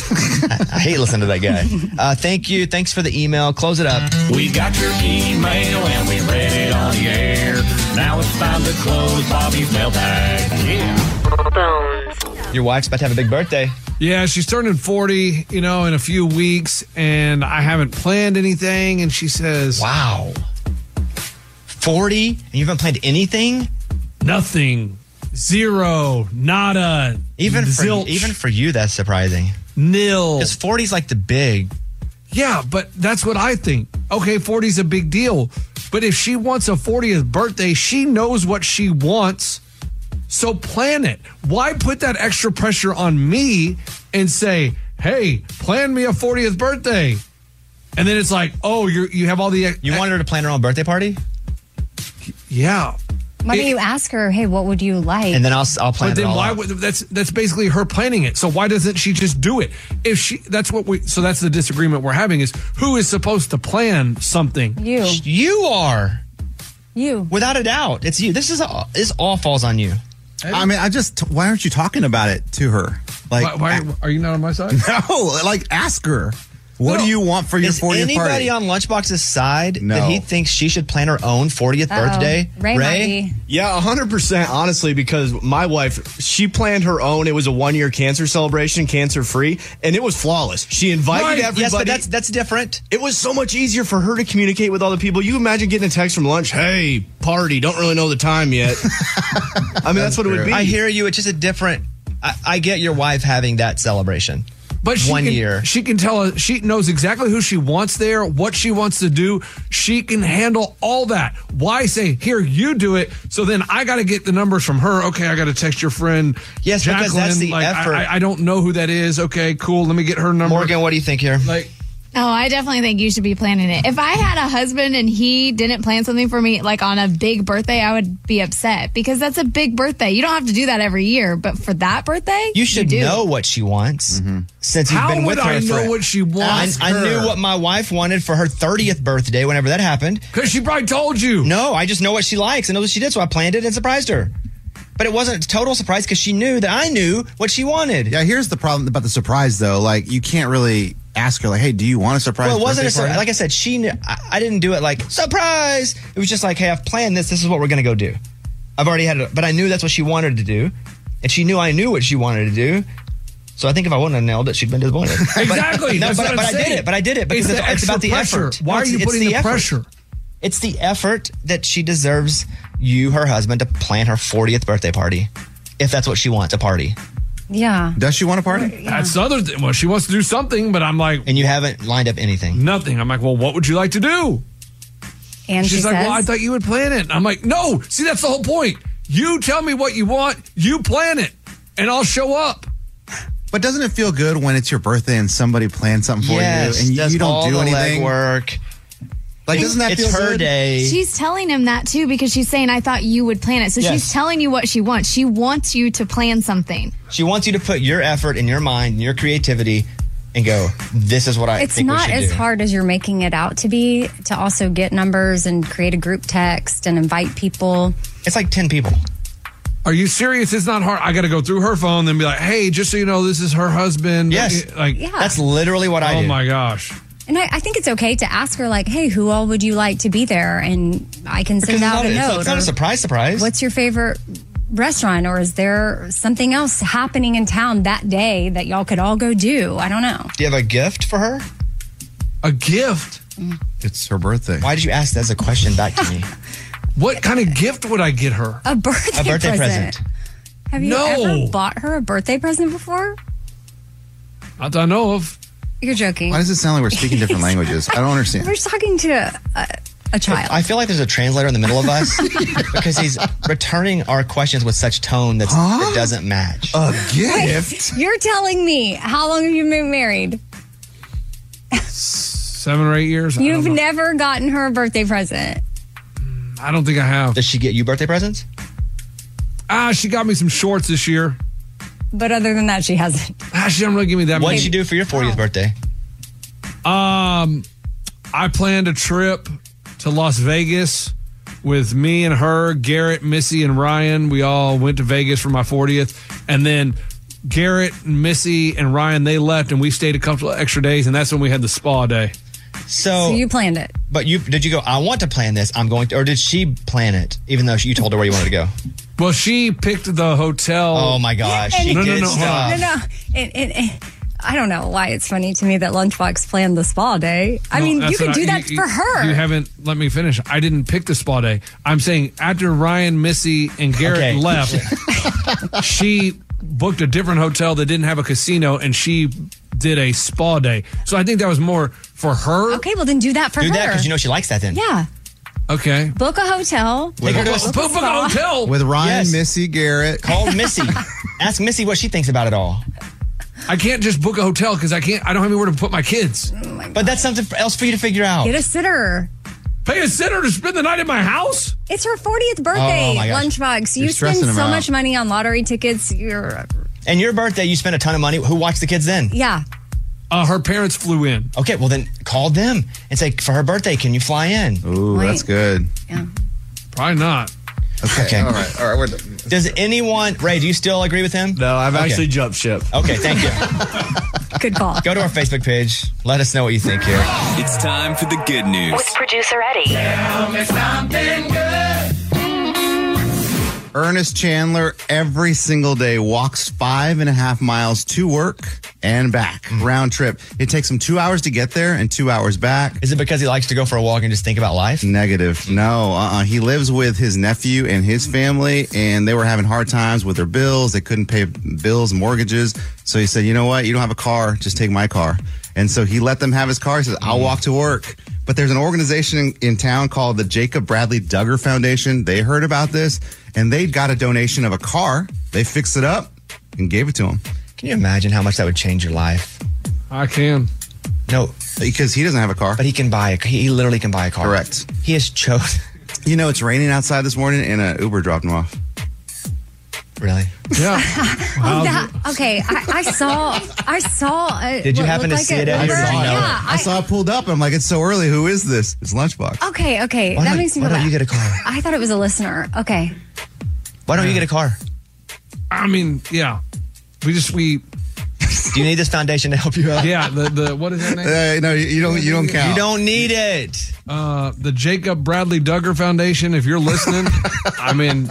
[SPEAKER 1] I, I hate listening to that guy. Uh, thank you. Thanks for the email. Close it up.
[SPEAKER 8] We got your email and we read it on the air. Now it's time to close Bobby's mailbag. Yeah.
[SPEAKER 1] Your wife's about to have a big birthday.
[SPEAKER 6] Yeah, she's turning 40, you know, in a few weeks, and I haven't planned anything. And she says,
[SPEAKER 1] Wow. 40 and you haven't planned anything?
[SPEAKER 6] nothing, zero, nada,
[SPEAKER 1] Even for,
[SPEAKER 6] zilch,
[SPEAKER 1] even for you, that's surprising.
[SPEAKER 6] nil.
[SPEAKER 1] Because 40 is like the big.
[SPEAKER 6] Yeah, but that's what I think. Okay, 40 is a big deal. But if she wants a 40th birthday, she knows what she wants. So plan it. Why put that extra pressure on me and say, hey, plan me a 40th birthday? And then it's like, oh, you you have all the
[SPEAKER 1] You wanted her to plan her own birthday party?
[SPEAKER 6] yeah.
[SPEAKER 5] Why don't
[SPEAKER 6] It-
[SPEAKER 5] you ask her, hey, what would you like?
[SPEAKER 1] And then I'll, I'll plan
[SPEAKER 6] But
[SPEAKER 1] it
[SPEAKER 6] then
[SPEAKER 1] all
[SPEAKER 6] why
[SPEAKER 1] out.
[SPEAKER 6] would that's that's basically her planning it. So why doesn't she just do it? If she that's what we so that's the disagreement we're having is who is supposed to plan something?
[SPEAKER 5] you,
[SPEAKER 1] You are.
[SPEAKER 5] you.
[SPEAKER 1] Without a doubt. It's you. This is all, this all falls on you.
[SPEAKER 4] I mean, I just, why aren't you talking about it to her? Like,
[SPEAKER 6] Why, why are you not on my side?
[SPEAKER 4] no, like ask her, what
[SPEAKER 6] No.
[SPEAKER 4] do you want for your
[SPEAKER 1] Is
[SPEAKER 4] 40th
[SPEAKER 1] anybody
[SPEAKER 4] party?
[SPEAKER 1] on Lunchbox's side that
[SPEAKER 4] No.
[SPEAKER 1] he thinks she should plan her own 40th
[SPEAKER 5] Uh-oh.
[SPEAKER 1] birthday?
[SPEAKER 5] Oh, Ray, might be.
[SPEAKER 9] Yeah, 100% honestly, because my wife, she planned her own. It was a one year cancer celebration, cancer free, and it was flawless. She invited
[SPEAKER 6] Right, yes,
[SPEAKER 9] everybody.
[SPEAKER 1] Yes, but that's, that's different.
[SPEAKER 9] it was so much easier for her to communicate with other people. You imagine getting a text from lunch, hey, party, don't really know the time yet. I mean, that's, what it would be.
[SPEAKER 1] I hear you. It's just a different. I, I get your wife having that celebration.
[SPEAKER 6] But she
[SPEAKER 1] one
[SPEAKER 6] can,
[SPEAKER 1] year.
[SPEAKER 6] she can tell us. She knows exactly who she wants there, what she wants to do. She can handle all that. Why say here you do it? So then I got to get the numbers from her. Okay, I got to text your friend.
[SPEAKER 1] Yes,
[SPEAKER 6] Jacqueline.
[SPEAKER 1] because that's the
[SPEAKER 6] like, I-
[SPEAKER 1] effort.
[SPEAKER 6] I, I don't know who that is. Okay, cool. Let me get her number.
[SPEAKER 1] Morgan, what do you think here?
[SPEAKER 6] like
[SPEAKER 10] Oh, I definitely think you should be planning it. If I had a husband and he didn't plan something for me, like on a big birthday, I would be upset because that's a big birthday. You don't have to do that every year, but for that birthday,
[SPEAKER 1] You should
[SPEAKER 10] do.
[SPEAKER 1] know what she wants since you've
[SPEAKER 6] how
[SPEAKER 1] been
[SPEAKER 6] would
[SPEAKER 1] with her.
[SPEAKER 6] I know
[SPEAKER 1] for,
[SPEAKER 6] what she
[SPEAKER 1] I,
[SPEAKER 6] wants?
[SPEAKER 1] I knew what my wife wanted for her 30th birthday, whenever that happened.
[SPEAKER 6] because she probably told you.
[SPEAKER 1] No, I just know what she likes. I know what she did, so I planned it and surprised her. But it wasn't a total surprise because she knew that I knew what she wanted.
[SPEAKER 4] Yeah, here's the problem about the surprise though. Like you can't really ask her like, "Hey, do you want a surprise?"
[SPEAKER 1] Well, it wasn't a
[SPEAKER 4] birthday
[SPEAKER 1] surprise.
[SPEAKER 4] party?
[SPEAKER 1] Like I said, she knew. I, I didn't do it like surprise. It was just like, hey, I've planned this. This is what we're gonna go do. I've already had it, but I knew that's what she wanted to do, and she knew I knew what she wanted to do. So I think if I wouldn't have nailed it, she'd been disappointed. But-
[SPEAKER 6] Exactly.
[SPEAKER 1] no,
[SPEAKER 6] That's
[SPEAKER 1] but,
[SPEAKER 6] what I'm
[SPEAKER 1] but I did
[SPEAKER 6] saying.
[SPEAKER 1] it. But I did it because
[SPEAKER 6] It's
[SPEAKER 1] it's,
[SPEAKER 6] the
[SPEAKER 1] it's about
[SPEAKER 6] extra
[SPEAKER 1] the
[SPEAKER 6] pressure.
[SPEAKER 1] effort.
[SPEAKER 6] Why
[SPEAKER 1] No,
[SPEAKER 6] are
[SPEAKER 1] it's-
[SPEAKER 6] you
[SPEAKER 1] it's
[SPEAKER 6] putting the
[SPEAKER 1] effort.
[SPEAKER 6] pressure?
[SPEAKER 1] It's the effort that she deserves. You, her husband, to plan her 40th birthday party, if that's what she wants—a party.
[SPEAKER 5] Yeah.
[SPEAKER 4] Does she want a party?
[SPEAKER 6] That's the other thing. Well, she wants to do something, but I'm like,
[SPEAKER 1] and you haven't lined up anything.
[SPEAKER 6] Nothing. I'm like, well, what would you like to do?
[SPEAKER 5] And
[SPEAKER 6] she's
[SPEAKER 5] she
[SPEAKER 6] like, well, I
[SPEAKER 5] says-
[SPEAKER 6] thought you would plan it. I'm like, no. See, that's the whole point. You tell me what you want. You plan it, and I'll show up.
[SPEAKER 4] But doesn't it feel good when it's your birthday and somebody plans something for
[SPEAKER 1] Yes,
[SPEAKER 4] you and you,
[SPEAKER 1] does
[SPEAKER 4] you don't
[SPEAKER 1] all
[SPEAKER 4] do
[SPEAKER 1] the
[SPEAKER 4] anything?
[SPEAKER 1] legwork.
[SPEAKER 4] Like, doesn't that
[SPEAKER 1] It's
[SPEAKER 4] feel
[SPEAKER 1] her
[SPEAKER 4] good?
[SPEAKER 1] day.
[SPEAKER 10] She's telling him that too because she's saying, I thought you would plan it. So
[SPEAKER 1] Yes.
[SPEAKER 10] she's telling you what she wants. She wants you to plan something.
[SPEAKER 1] She wants you to put your effort and your mind and your creativity and go, this is what I
[SPEAKER 5] it's
[SPEAKER 1] think we
[SPEAKER 5] not
[SPEAKER 1] should
[SPEAKER 5] as
[SPEAKER 1] do.
[SPEAKER 5] hard as you're making it out to be to also get numbers and create a group text and invite people.
[SPEAKER 1] It's like 10 people.
[SPEAKER 6] Are you serious? It's not hard. I got to go through her phone and be like, hey, just so you know, this is her husband. Eh,
[SPEAKER 1] Yes.
[SPEAKER 6] Like,
[SPEAKER 5] Yeah. That's
[SPEAKER 1] literally what
[SPEAKER 6] I
[SPEAKER 1] do.
[SPEAKER 6] Oh my gosh.
[SPEAKER 5] And I, I think it's okay to ask her, like, hey, who all would you like to be there? And I can
[SPEAKER 1] Because
[SPEAKER 5] send
[SPEAKER 1] it's
[SPEAKER 5] out
[SPEAKER 1] not,
[SPEAKER 5] a
[SPEAKER 1] it's not-
[SPEAKER 5] note.
[SPEAKER 1] it's not
[SPEAKER 5] or
[SPEAKER 1] a surprise, surprise.
[SPEAKER 5] What's your favorite restaurant? Or is there something else happening in town that day that y'all could all go do? I don't know.
[SPEAKER 1] Do you have a gift for her?
[SPEAKER 6] A gift?
[SPEAKER 4] It's her birthday.
[SPEAKER 1] Why did you ask that as a question back to me?
[SPEAKER 6] what kind of gift would I get her?
[SPEAKER 5] A birthday,
[SPEAKER 1] A birthday present.
[SPEAKER 5] Have you
[SPEAKER 6] No.
[SPEAKER 5] ever bought her a birthday present before?
[SPEAKER 6] Not that I know of.
[SPEAKER 5] You're joking.
[SPEAKER 4] Why does it sound like we're speaking different languages? I don't understand.
[SPEAKER 5] We're talking to a, a child.
[SPEAKER 1] I feel like there's a translator in the middle of us because he's returning our questions with such tone that's, that doesn't match.
[SPEAKER 5] Uh.
[SPEAKER 4] A
[SPEAKER 5] Wait, you're telling me how long have you been married?
[SPEAKER 6] Seven or eight years? I
[SPEAKER 5] You've
[SPEAKER 6] don't, know.
[SPEAKER 5] never gotten her a birthday present.
[SPEAKER 6] I don't think I have.
[SPEAKER 1] Does she get you birthday presents?
[SPEAKER 6] Ah, she got me some shorts this year.
[SPEAKER 5] But other than that, she hasn't.
[SPEAKER 6] Ah, she didn't really give me that
[SPEAKER 1] What
[SPEAKER 6] many.
[SPEAKER 1] did you do for your 40th birthday?
[SPEAKER 6] Um, I planned a trip to Las Vegas with me and her, Garrett, Missy, and Ryan. We all went to Vegas for my 40th, and then Garrett, Missy, and Ryan they left, and we stayed a couple of extra days, and that's when we had the spa day.
[SPEAKER 1] So,
[SPEAKER 5] So you planned it.
[SPEAKER 1] but you did you go? I want to plan this. I'm going to, or did she plan it? Even though she, you told her where you wanted to go.
[SPEAKER 6] Well, she picked the hotel.
[SPEAKER 1] Oh my gosh, she
[SPEAKER 6] no, no,
[SPEAKER 1] did
[SPEAKER 6] no, hold
[SPEAKER 1] stuff.
[SPEAKER 5] No, no. It, it, it- I don't know why it's funny to me that Lunchbox planned the spa day. I
[SPEAKER 6] No,
[SPEAKER 5] mean, you
[SPEAKER 6] that's
[SPEAKER 5] could
[SPEAKER 6] what
[SPEAKER 5] do
[SPEAKER 6] I-
[SPEAKER 5] that
[SPEAKER 6] you-
[SPEAKER 5] for her.
[SPEAKER 6] You haven't let me finish. I didn't pick the spa day. I'm saying after Ryan, Missy, and Garrett
[SPEAKER 1] Okay.
[SPEAKER 6] left, she booked a different hotel that didn't have a casino, and she did a spa day. So I think that was more for her.
[SPEAKER 5] okay, well then do that for
[SPEAKER 1] Do
[SPEAKER 5] her.
[SPEAKER 1] that because you know she likes that then.
[SPEAKER 5] yeah,
[SPEAKER 6] Okay.
[SPEAKER 5] book a hotel.
[SPEAKER 1] Take her to a
[SPEAKER 6] Well, book a hotel.
[SPEAKER 4] With Ryan,
[SPEAKER 1] Yes.
[SPEAKER 4] Missy, Garrett.
[SPEAKER 1] Call Missy. Ask Missy what she thinks about it all.
[SPEAKER 6] I can't just book a hotel because I can't. I don't have anywhere to put my kids.
[SPEAKER 1] But that's something else for you to figure out.
[SPEAKER 5] Get a sitter.
[SPEAKER 6] Pay a sitter to spend the night at my house.
[SPEAKER 5] It's her 40th birthday,
[SPEAKER 1] Oh, my gosh.
[SPEAKER 5] Lunchbox. You
[SPEAKER 4] You're
[SPEAKER 5] spend
[SPEAKER 4] stressing
[SPEAKER 5] so
[SPEAKER 4] them out.
[SPEAKER 5] much money on lottery tickets. You're,
[SPEAKER 1] And your birthday, you spent a ton of money. Who watched the kids then?
[SPEAKER 5] yeah.
[SPEAKER 6] Uh, her parents flew in.
[SPEAKER 1] Okay, well then call them and say for her birthday, can you fly in?
[SPEAKER 4] Ooh,
[SPEAKER 5] Wait.
[SPEAKER 4] that's good.
[SPEAKER 6] Probably not.
[SPEAKER 4] Okay.
[SPEAKER 1] Okay.
[SPEAKER 4] All right. All right. We're done.
[SPEAKER 1] Does anyone, Ray? Do you still agree with him?
[SPEAKER 9] No, I've
[SPEAKER 1] Okay.
[SPEAKER 9] actually jumped ship.
[SPEAKER 1] Okay, thank you.
[SPEAKER 5] Good call.
[SPEAKER 1] Go to our Facebook page. Let us know what you think here.
[SPEAKER 8] It's time for the good news.
[SPEAKER 2] With producer Eddie.
[SPEAKER 4] Ernest Chandler every single day walks five and a half miles to work and back, round trip. It takes him two hours to get there and two hours back.
[SPEAKER 1] Is it because he likes to go for a walk and just think about life?
[SPEAKER 4] Negative. No, uh-uh. he lives with his nephew and his family, and they were having hard times with their bills. They couldn't pay bills, mortgages. So he said, "You know what? You don't have a car. Just take my car." And so he let them have his car. He says, "I'll walk to work." But there's an organization in, in town called the Jacob Bradley Duggar Foundation. They heard about this, and they got a donation of a car. They fixed it up and gave it to him
[SPEAKER 1] Can you imagine how much that would change your life?
[SPEAKER 6] I can.
[SPEAKER 1] No,
[SPEAKER 4] because he doesn't have a car.
[SPEAKER 1] but he can buy a. He literally can buy a car.
[SPEAKER 4] Correct.
[SPEAKER 1] He has chosen.
[SPEAKER 4] You know, it's raining outside this morning, and an Uber dropped him off.
[SPEAKER 1] Really?
[SPEAKER 6] Yeah.
[SPEAKER 5] Oh,
[SPEAKER 6] How's
[SPEAKER 5] that, okay, I, I saw, I saw. A,
[SPEAKER 1] Did you
[SPEAKER 5] what
[SPEAKER 1] happen
[SPEAKER 5] looked
[SPEAKER 1] to see
[SPEAKER 5] a
[SPEAKER 1] it, Eddie, or
[SPEAKER 5] Uber.
[SPEAKER 1] did you know
[SPEAKER 5] Oh, yeah,
[SPEAKER 4] I, saw it pulled up. I'm like, it's so early. Who is this? It's Lunchbox.
[SPEAKER 5] Okay, okay,
[SPEAKER 1] Why
[SPEAKER 5] that
[SPEAKER 1] don't-
[SPEAKER 5] makes me.
[SPEAKER 1] why
[SPEAKER 5] go
[SPEAKER 1] don't
[SPEAKER 5] back.
[SPEAKER 1] you get a car?
[SPEAKER 5] I thought it was a listener. Okay,
[SPEAKER 1] Why don't you get a car?
[SPEAKER 6] I mean, yeah. We just we.
[SPEAKER 1] Do you need this foundation to help you out?
[SPEAKER 6] Yeah. The the what is that name?
[SPEAKER 4] Uh, no, you don't. You don't count.
[SPEAKER 1] You don't need it.
[SPEAKER 6] Uh, the Jacob Bradley Duggar Foundation. If you're listening, I mean,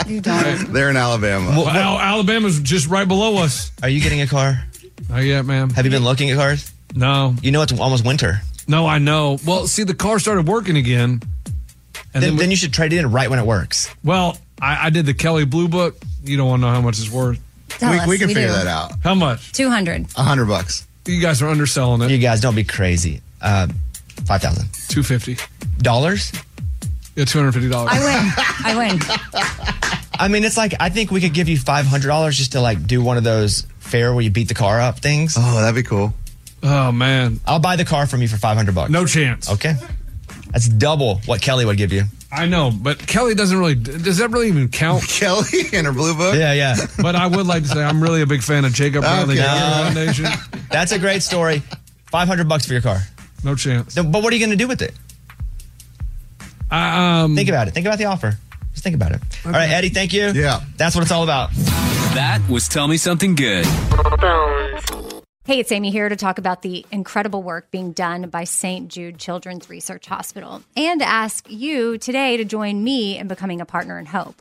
[SPEAKER 4] They're in Alabama.
[SPEAKER 6] Well, Al- Alabama's just right below us.
[SPEAKER 1] Are you getting a car?
[SPEAKER 6] Not yet, ma'am.
[SPEAKER 1] Have you been looking at cars?
[SPEAKER 6] No.
[SPEAKER 1] You know it's almost winter.
[SPEAKER 6] No, I know. Well, see, the car started working again.
[SPEAKER 1] And then, then, you should trade it in right when it works.
[SPEAKER 6] Well, I, I did the Kelly Blue Book. You don't want to know how much it's worth.
[SPEAKER 5] Tell We- us, we can we figure do. that out.
[SPEAKER 6] How much?
[SPEAKER 5] 200.
[SPEAKER 4] A hundred bucks.
[SPEAKER 6] You guys are underselling it.
[SPEAKER 1] You guys don't be crazy. Uh, Five thousand.
[SPEAKER 6] Two fifty.
[SPEAKER 1] Dollars.
[SPEAKER 6] Yeah, two hundred fifty dollars.
[SPEAKER 5] I win. I win.
[SPEAKER 1] I mean, it's like I think we could give you five hundred dollars just to like do one of those fair where you beat the car up things.
[SPEAKER 4] Oh, that'd be cool.
[SPEAKER 6] Oh man,
[SPEAKER 1] I'll buy the car from you for five hundred bucks.
[SPEAKER 6] No chance.
[SPEAKER 1] Okay, that's double what Kelly would give you.
[SPEAKER 6] I know, but Kelly doesn't really. Does that really even count?
[SPEAKER 4] Kelly and her blue book.
[SPEAKER 1] Yeah, yeah.
[SPEAKER 6] But I would like to say I'm really a big fan of
[SPEAKER 1] Oh,
[SPEAKER 6] Jacob Bradley
[SPEAKER 1] Okay.
[SPEAKER 6] Duggar
[SPEAKER 1] No.
[SPEAKER 6] Foundation.
[SPEAKER 1] That's a great story. Five hundred bucks for your car.
[SPEAKER 6] No chance.
[SPEAKER 1] Then- but what are you going to do with it?
[SPEAKER 6] um,
[SPEAKER 1] think about it. Think about the offer. Just think about it. All right, Eddie. Thank you. Yeah, that's what it's all about.
[SPEAKER 11] That was Tell Me Something Good.
[SPEAKER 5] Hey, it's Amy here to talk about the incredible work being done by St. Jude Children's Research Hospital and ask you today to join me in becoming a partner in hope.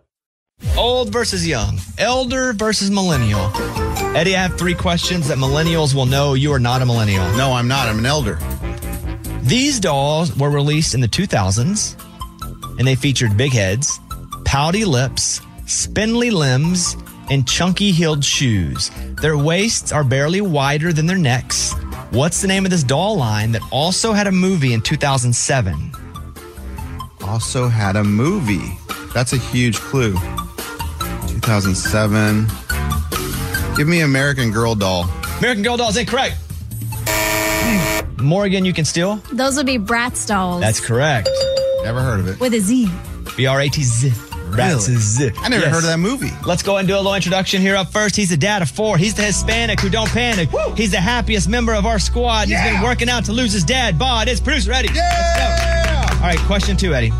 [SPEAKER 1] Old versus young, elder versus millennial. Eddie, I have three questions that millennials will know you are not a millennial.
[SPEAKER 4] No, I'm not. I'm an elder.
[SPEAKER 1] These dolls were released in the 2000s and they featured big heads, pouty lips, spindly limbs, and chunky heeled shoes. Their waists are barely wider than their necks. What's the name of this doll line that also had a movie in 2007?
[SPEAKER 4] Also had a movie. That's a huge clue. 2007. Give me American Girl doll.
[SPEAKER 1] American Girl dolls incorrect. Hmm. Morgan, you can steal?
[SPEAKER 10] Those would be Bratz dolls
[SPEAKER 1] That's correct.
[SPEAKER 4] Never heard of it.
[SPEAKER 10] with a Z.
[SPEAKER 1] B R A T Z. Rats
[SPEAKER 4] Really?
[SPEAKER 1] is it.
[SPEAKER 4] I never heard of that movie.
[SPEAKER 1] Let's go ahead and do a little introduction here up first. He's the dad of four. He's the Hispanic who don't panic. He's the happiest member of our squad. He's been working out to lose his dad. Bod is producer Eddie. Let's go. All right, question two, Eddie.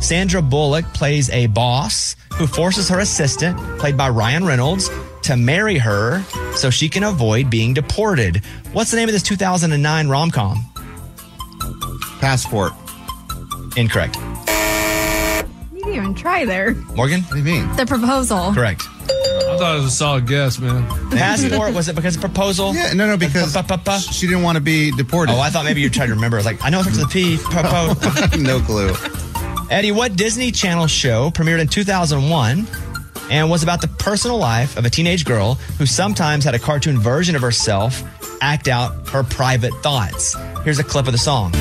[SPEAKER 1] Sandra Bullock plays a boss who forces her assistant, played by Ryan Reynolds, to marry her so she can avoid being deported. What's the name of this 2009 rom com?
[SPEAKER 4] Passport.
[SPEAKER 1] Incorrect.
[SPEAKER 10] You didn't even try there.
[SPEAKER 1] Morgan? What
[SPEAKER 4] do you mean?
[SPEAKER 10] The proposal.
[SPEAKER 1] Correct.
[SPEAKER 6] I thought it was a solid guess, man.
[SPEAKER 1] Passport? Was it because of proposal?
[SPEAKER 4] Yeah, no, no, because she didn't want to be deported.
[SPEAKER 1] Oh, I thought maybe you tried to remember. I was like, I know it's to the P. po- po.
[SPEAKER 4] no clue.
[SPEAKER 1] Eddie, what Disney Channel show premiered in 2001 and was about the personal life of a teenage girl who sometimes had a cartoon version of herself act out her private thoughts? Here's a clip of the song.
[SPEAKER 2] If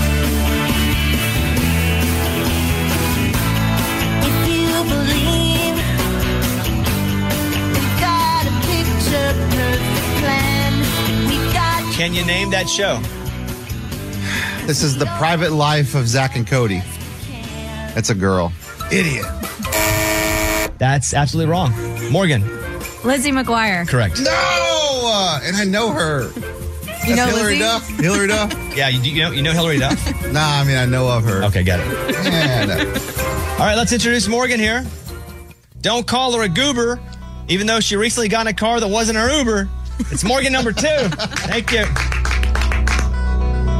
[SPEAKER 2] you believe
[SPEAKER 1] Can you name that show?
[SPEAKER 4] This is the private life of Zach and Cody. That's a girl. Idiot.
[SPEAKER 1] That's absolutely wrong. Morgan.
[SPEAKER 10] Lizzie McGuire.
[SPEAKER 1] Correct.
[SPEAKER 4] No! Uh, And I know her.
[SPEAKER 10] You know
[SPEAKER 4] That's
[SPEAKER 10] Lizzie?
[SPEAKER 4] Hillary Duff. Hillary Duff.
[SPEAKER 1] Yeah, you, you know you know Hillary Duff.
[SPEAKER 4] nah, I mean I know of her.
[SPEAKER 1] Okay, got it.
[SPEAKER 4] Yeah, no.
[SPEAKER 1] All right, let's introduce Morgan here. Don't call her a goober, even though she recently got in a car that wasn't her Uber. It's Morgan number two. Thank you.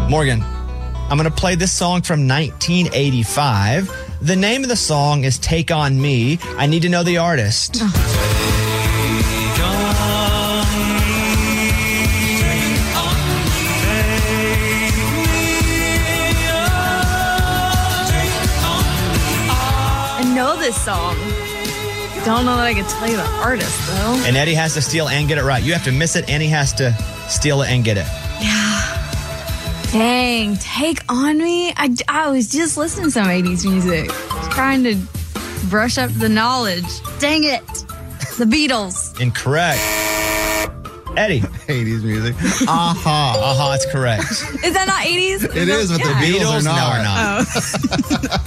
[SPEAKER 1] Morgan, I'm going to play this song from 1985. The name of the song is Take On Me. I need to know the artist.
[SPEAKER 10] I know this song. Don't know that I could tell you the artist though.
[SPEAKER 1] And Eddie has to steal and get it right. You have to miss it, and he has to steal it and get it.
[SPEAKER 10] Yeah. Dang, take on me. I, I was just listening to some 80s music, trying to brush up the knowledge. Dang it. The Beatles.
[SPEAKER 1] Incorrect. Eddie.
[SPEAKER 4] 80s music. Aha.
[SPEAKER 1] Aha, it's correct.
[SPEAKER 10] Is that not 80s?
[SPEAKER 1] It is, but the Beatles are not.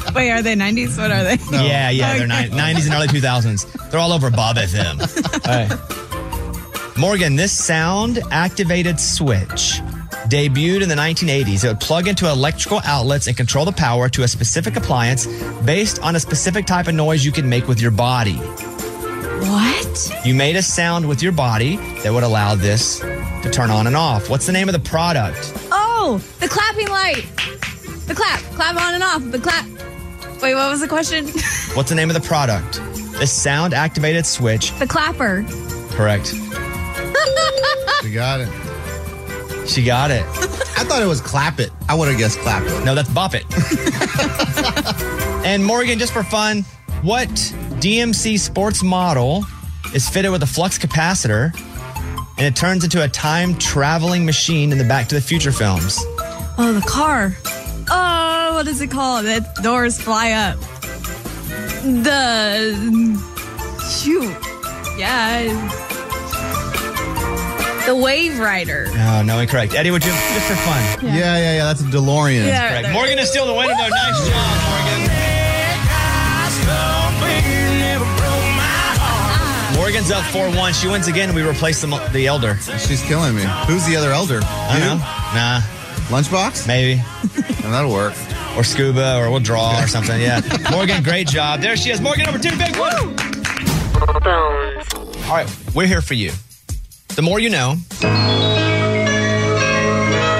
[SPEAKER 10] Oh. Wait, are they 90s? What are they?
[SPEAKER 1] Yeah, yeah, they're
[SPEAKER 10] Okay.
[SPEAKER 1] ni- 90s and early 2000s. They're all over Bob FM. All right. Morgan, this sound activated switch debuted in the 1980s. It would plug into electrical outlets and control the power to a specific appliance based on a specific type of noise you could make with your body.
[SPEAKER 10] What?
[SPEAKER 1] You made a sound with your body that would allow this to turn on and off. What's the name of the product?
[SPEAKER 10] Oh, the clapping light. The clap. Clap on and off. The clap. Wait, what was the question?
[SPEAKER 1] What's the name of the product? The sound activated switch.
[SPEAKER 10] The clapper.
[SPEAKER 1] Correct.
[SPEAKER 4] She got it.
[SPEAKER 1] She got it.
[SPEAKER 4] I thought it was clap it. I would have guessed clap it.
[SPEAKER 1] No, that's bop it. and Morgan, just for fun, what DMC sports model is fitted with a flux capacitor and it turns into a time traveling machine in the Back to the Future films?
[SPEAKER 10] Oh, the car. Oh, what is it called? The doors fly up. The shoot. Uh, Yeah. The Wave Rider.
[SPEAKER 1] Oh, No, no, incorrect. Eddie, would you just for fun?
[SPEAKER 4] Yeah, yeah, yeah. that's a DeLorean.
[SPEAKER 1] That's correct. Morgan is still the winner, though. Nice job, Morgan. Morgan's up 4 1. She wins again. We replace the, mo- the elder.
[SPEAKER 4] She's killing me. Who's the other elder?
[SPEAKER 1] I
[SPEAKER 4] You?
[SPEAKER 1] know. Nah.
[SPEAKER 4] Lunchbox?
[SPEAKER 1] Maybe.
[SPEAKER 4] that'll work.
[SPEAKER 1] Or scuba, or we'll draw or something. Yeah. Morgan, great job. There she is. Morgan number two, big one. All right, we're here for you. The more you know,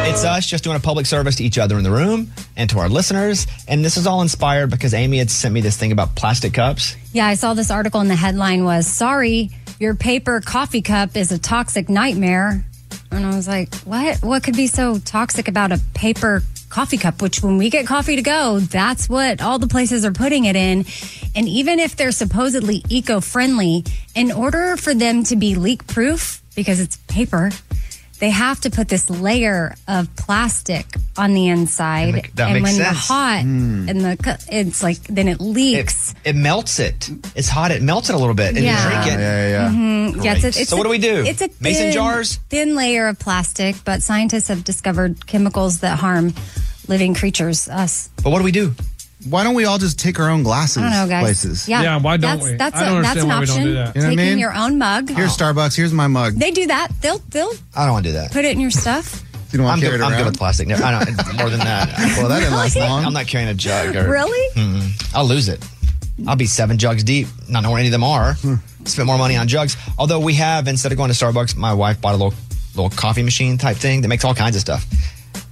[SPEAKER 1] it's us just doing a public service to each other in the room and to our listeners. And this is all inspired because Amy had sent me this thing about plastic cups.
[SPEAKER 5] Yeah, I saw this article and the headline was Sorry, your paper coffee cup is a toxic nightmare. And I was like, What? What could be so toxic about a paper coffee cup? Which, when we get coffee to go, that's what all the places are putting it in. And even if they're supposedly eco friendly, in order for them to be leak proof, because it's paper, they have to put this layer of plastic on the inside.
[SPEAKER 1] That make- that
[SPEAKER 5] and
[SPEAKER 1] makes
[SPEAKER 5] when the
[SPEAKER 1] sense. Hmm.
[SPEAKER 5] hot and the cu- it's like then it leaks.
[SPEAKER 1] It melts it. It's hot. It melts it a little bit, and
[SPEAKER 5] Yeah.
[SPEAKER 1] you drink it.
[SPEAKER 4] Yeah, yeah,
[SPEAKER 5] Mhm. Yeah, it's a- it's
[SPEAKER 1] so
[SPEAKER 5] a-
[SPEAKER 1] what do we do?
[SPEAKER 5] It's a
[SPEAKER 1] mason
[SPEAKER 5] thin-
[SPEAKER 1] jars.
[SPEAKER 5] thin layer of plastic, but scientists have discovered chemicals that harm living creatures, us.
[SPEAKER 1] But what do we do?
[SPEAKER 4] Why don't we all just take our own glasses
[SPEAKER 5] I don't know, guys.
[SPEAKER 4] places?
[SPEAKER 5] Yeah,
[SPEAKER 6] Yeah, why don't
[SPEAKER 5] that's,
[SPEAKER 6] we?
[SPEAKER 5] That's,
[SPEAKER 6] I
[SPEAKER 5] a-
[SPEAKER 6] don't
[SPEAKER 5] that's
[SPEAKER 6] understand
[SPEAKER 5] an
[SPEAKER 6] why we don't
[SPEAKER 5] option.
[SPEAKER 6] do that.
[SPEAKER 4] You know what I
[SPEAKER 5] Taking
[SPEAKER 4] mean?
[SPEAKER 5] your own mug.
[SPEAKER 4] Here's Starbucks. Here's my mug.
[SPEAKER 5] They do that. They'll they'll
[SPEAKER 1] I don't want to do that.
[SPEAKER 5] put it in your stuff.
[SPEAKER 4] You don't
[SPEAKER 1] I'm
[SPEAKER 4] want to
[SPEAKER 1] good,
[SPEAKER 4] carry it
[SPEAKER 1] I'm good
[SPEAKER 4] around.
[SPEAKER 1] with plastic. No, I don't, more than that.
[SPEAKER 4] Well, that didn't last long.
[SPEAKER 1] I'm not carrying a jug. Or,
[SPEAKER 5] Really?
[SPEAKER 1] Mm-mm. I'll lose it. I'll be seven jugs deep, not know where any of them are. Spend more money on jugs. Although we have, instead of going to Starbucks, my wife bought a little little coffee machine type thing that makes all kinds of stuff.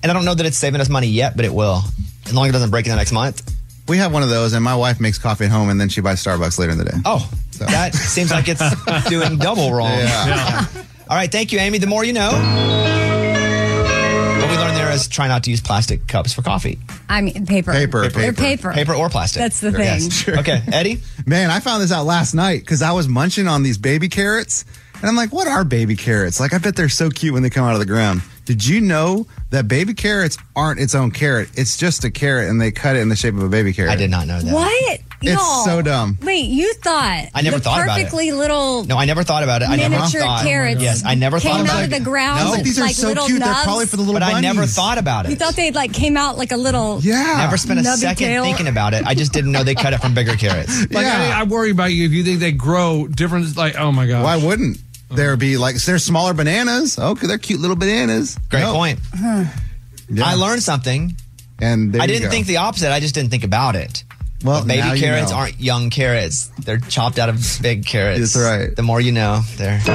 [SPEAKER 1] And I don't know that it's saving us money yet, but it will. As long as it doesn't break in the next month.
[SPEAKER 4] We have one of those, and my wife makes coffee at home, and then she buys Starbucks later in the day.
[SPEAKER 1] Oh, that seems like it's doing double wrong.
[SPEAKER 4] Yeah.
[SPEAKER 1] All right, thank you, Amy. The more you know. What we learned there is try not to use plastic cups for coffee.
[SPEAKER 5] I mean, paper.
[SPEAKER 4] Paper,
[SPEAKER 5] They're
[SPEAKER 4] paper.
[SPEAKER 5] paper.
[SPEAKER 1] Paper or plastic.
[SPEAKER 5] That's the thing.
[SPEAKER 1] Yes. Okay, Eddie?
[SPEAKER 4] Man, I found this out last night because I was munching on these baby carrots, and I'm like, "What are baby carrots? Like, I bet they're so cute when they come out of the ground." Did you know that baby carrots aren't its own carrot? It's just a carrot, and they cut it in the shape of a baby carrot. I did
[SPEAKER 1] not know
[SPEAKER 5] What?
[SPEAKER 4] It's so dumb.
[SPEAKER 5] Wait, you thought
[SPEAKER 1] I never
[SPEAKER 5] the
[SPEAKER 1] thought about it.
[SPEAKER 5] perfectly little
[SPEAKER 1] No, I never thought about it. I never
[SPEAKER 5] miniature
[SPEAKER 1] thought.
[SPEAKER 5] carrots.
[SPEAKER 1] Yes, I never
[SPEAKER 5] came
[SPEAKER 1] thought about
[SPEAKER 5] out of
[SPEAKER 1] it.
[SPEAKER 5] the ground.
[SPEAKER 1] No.
[SPEAKER 5] little nubs.
[SPEAKER 1] But I never thought about
[SPEAKER 5] You
[SPEAKER 1] it.
[SPEAKER 5] thought they like came out like a little yeah.
[SPEAKER 1] Never spent a second thinking about it. I just didn't know they cut it from bigger carrots.
[SPEAKER 6] Like, I, I worry about you if you think they grow different. Like, oh my god,
[SPEAKER 4] why wouldn't there be like there's smaller bananas? Okay, they're cute little bananas.
[SPEAKER 1] Great point. I learned something,
[SPEAKER 4] and there
[SPEAKER 1] I
[SPEAKER 4] you
[SPEAKER 1] didn't
[SPEAKER 4] go.
[SPEAKER 1] think the opposite. I just didn't think about it. Well, baby
[SPEAKER 4] now you
[SPEAKER 1] carrots
[SPEAKER 4] know.
[SPEAKER 1] aren't young carrots. They're chopped out of big carrots. That's right. The more you know, there.
[SPEAKER 5] Oh,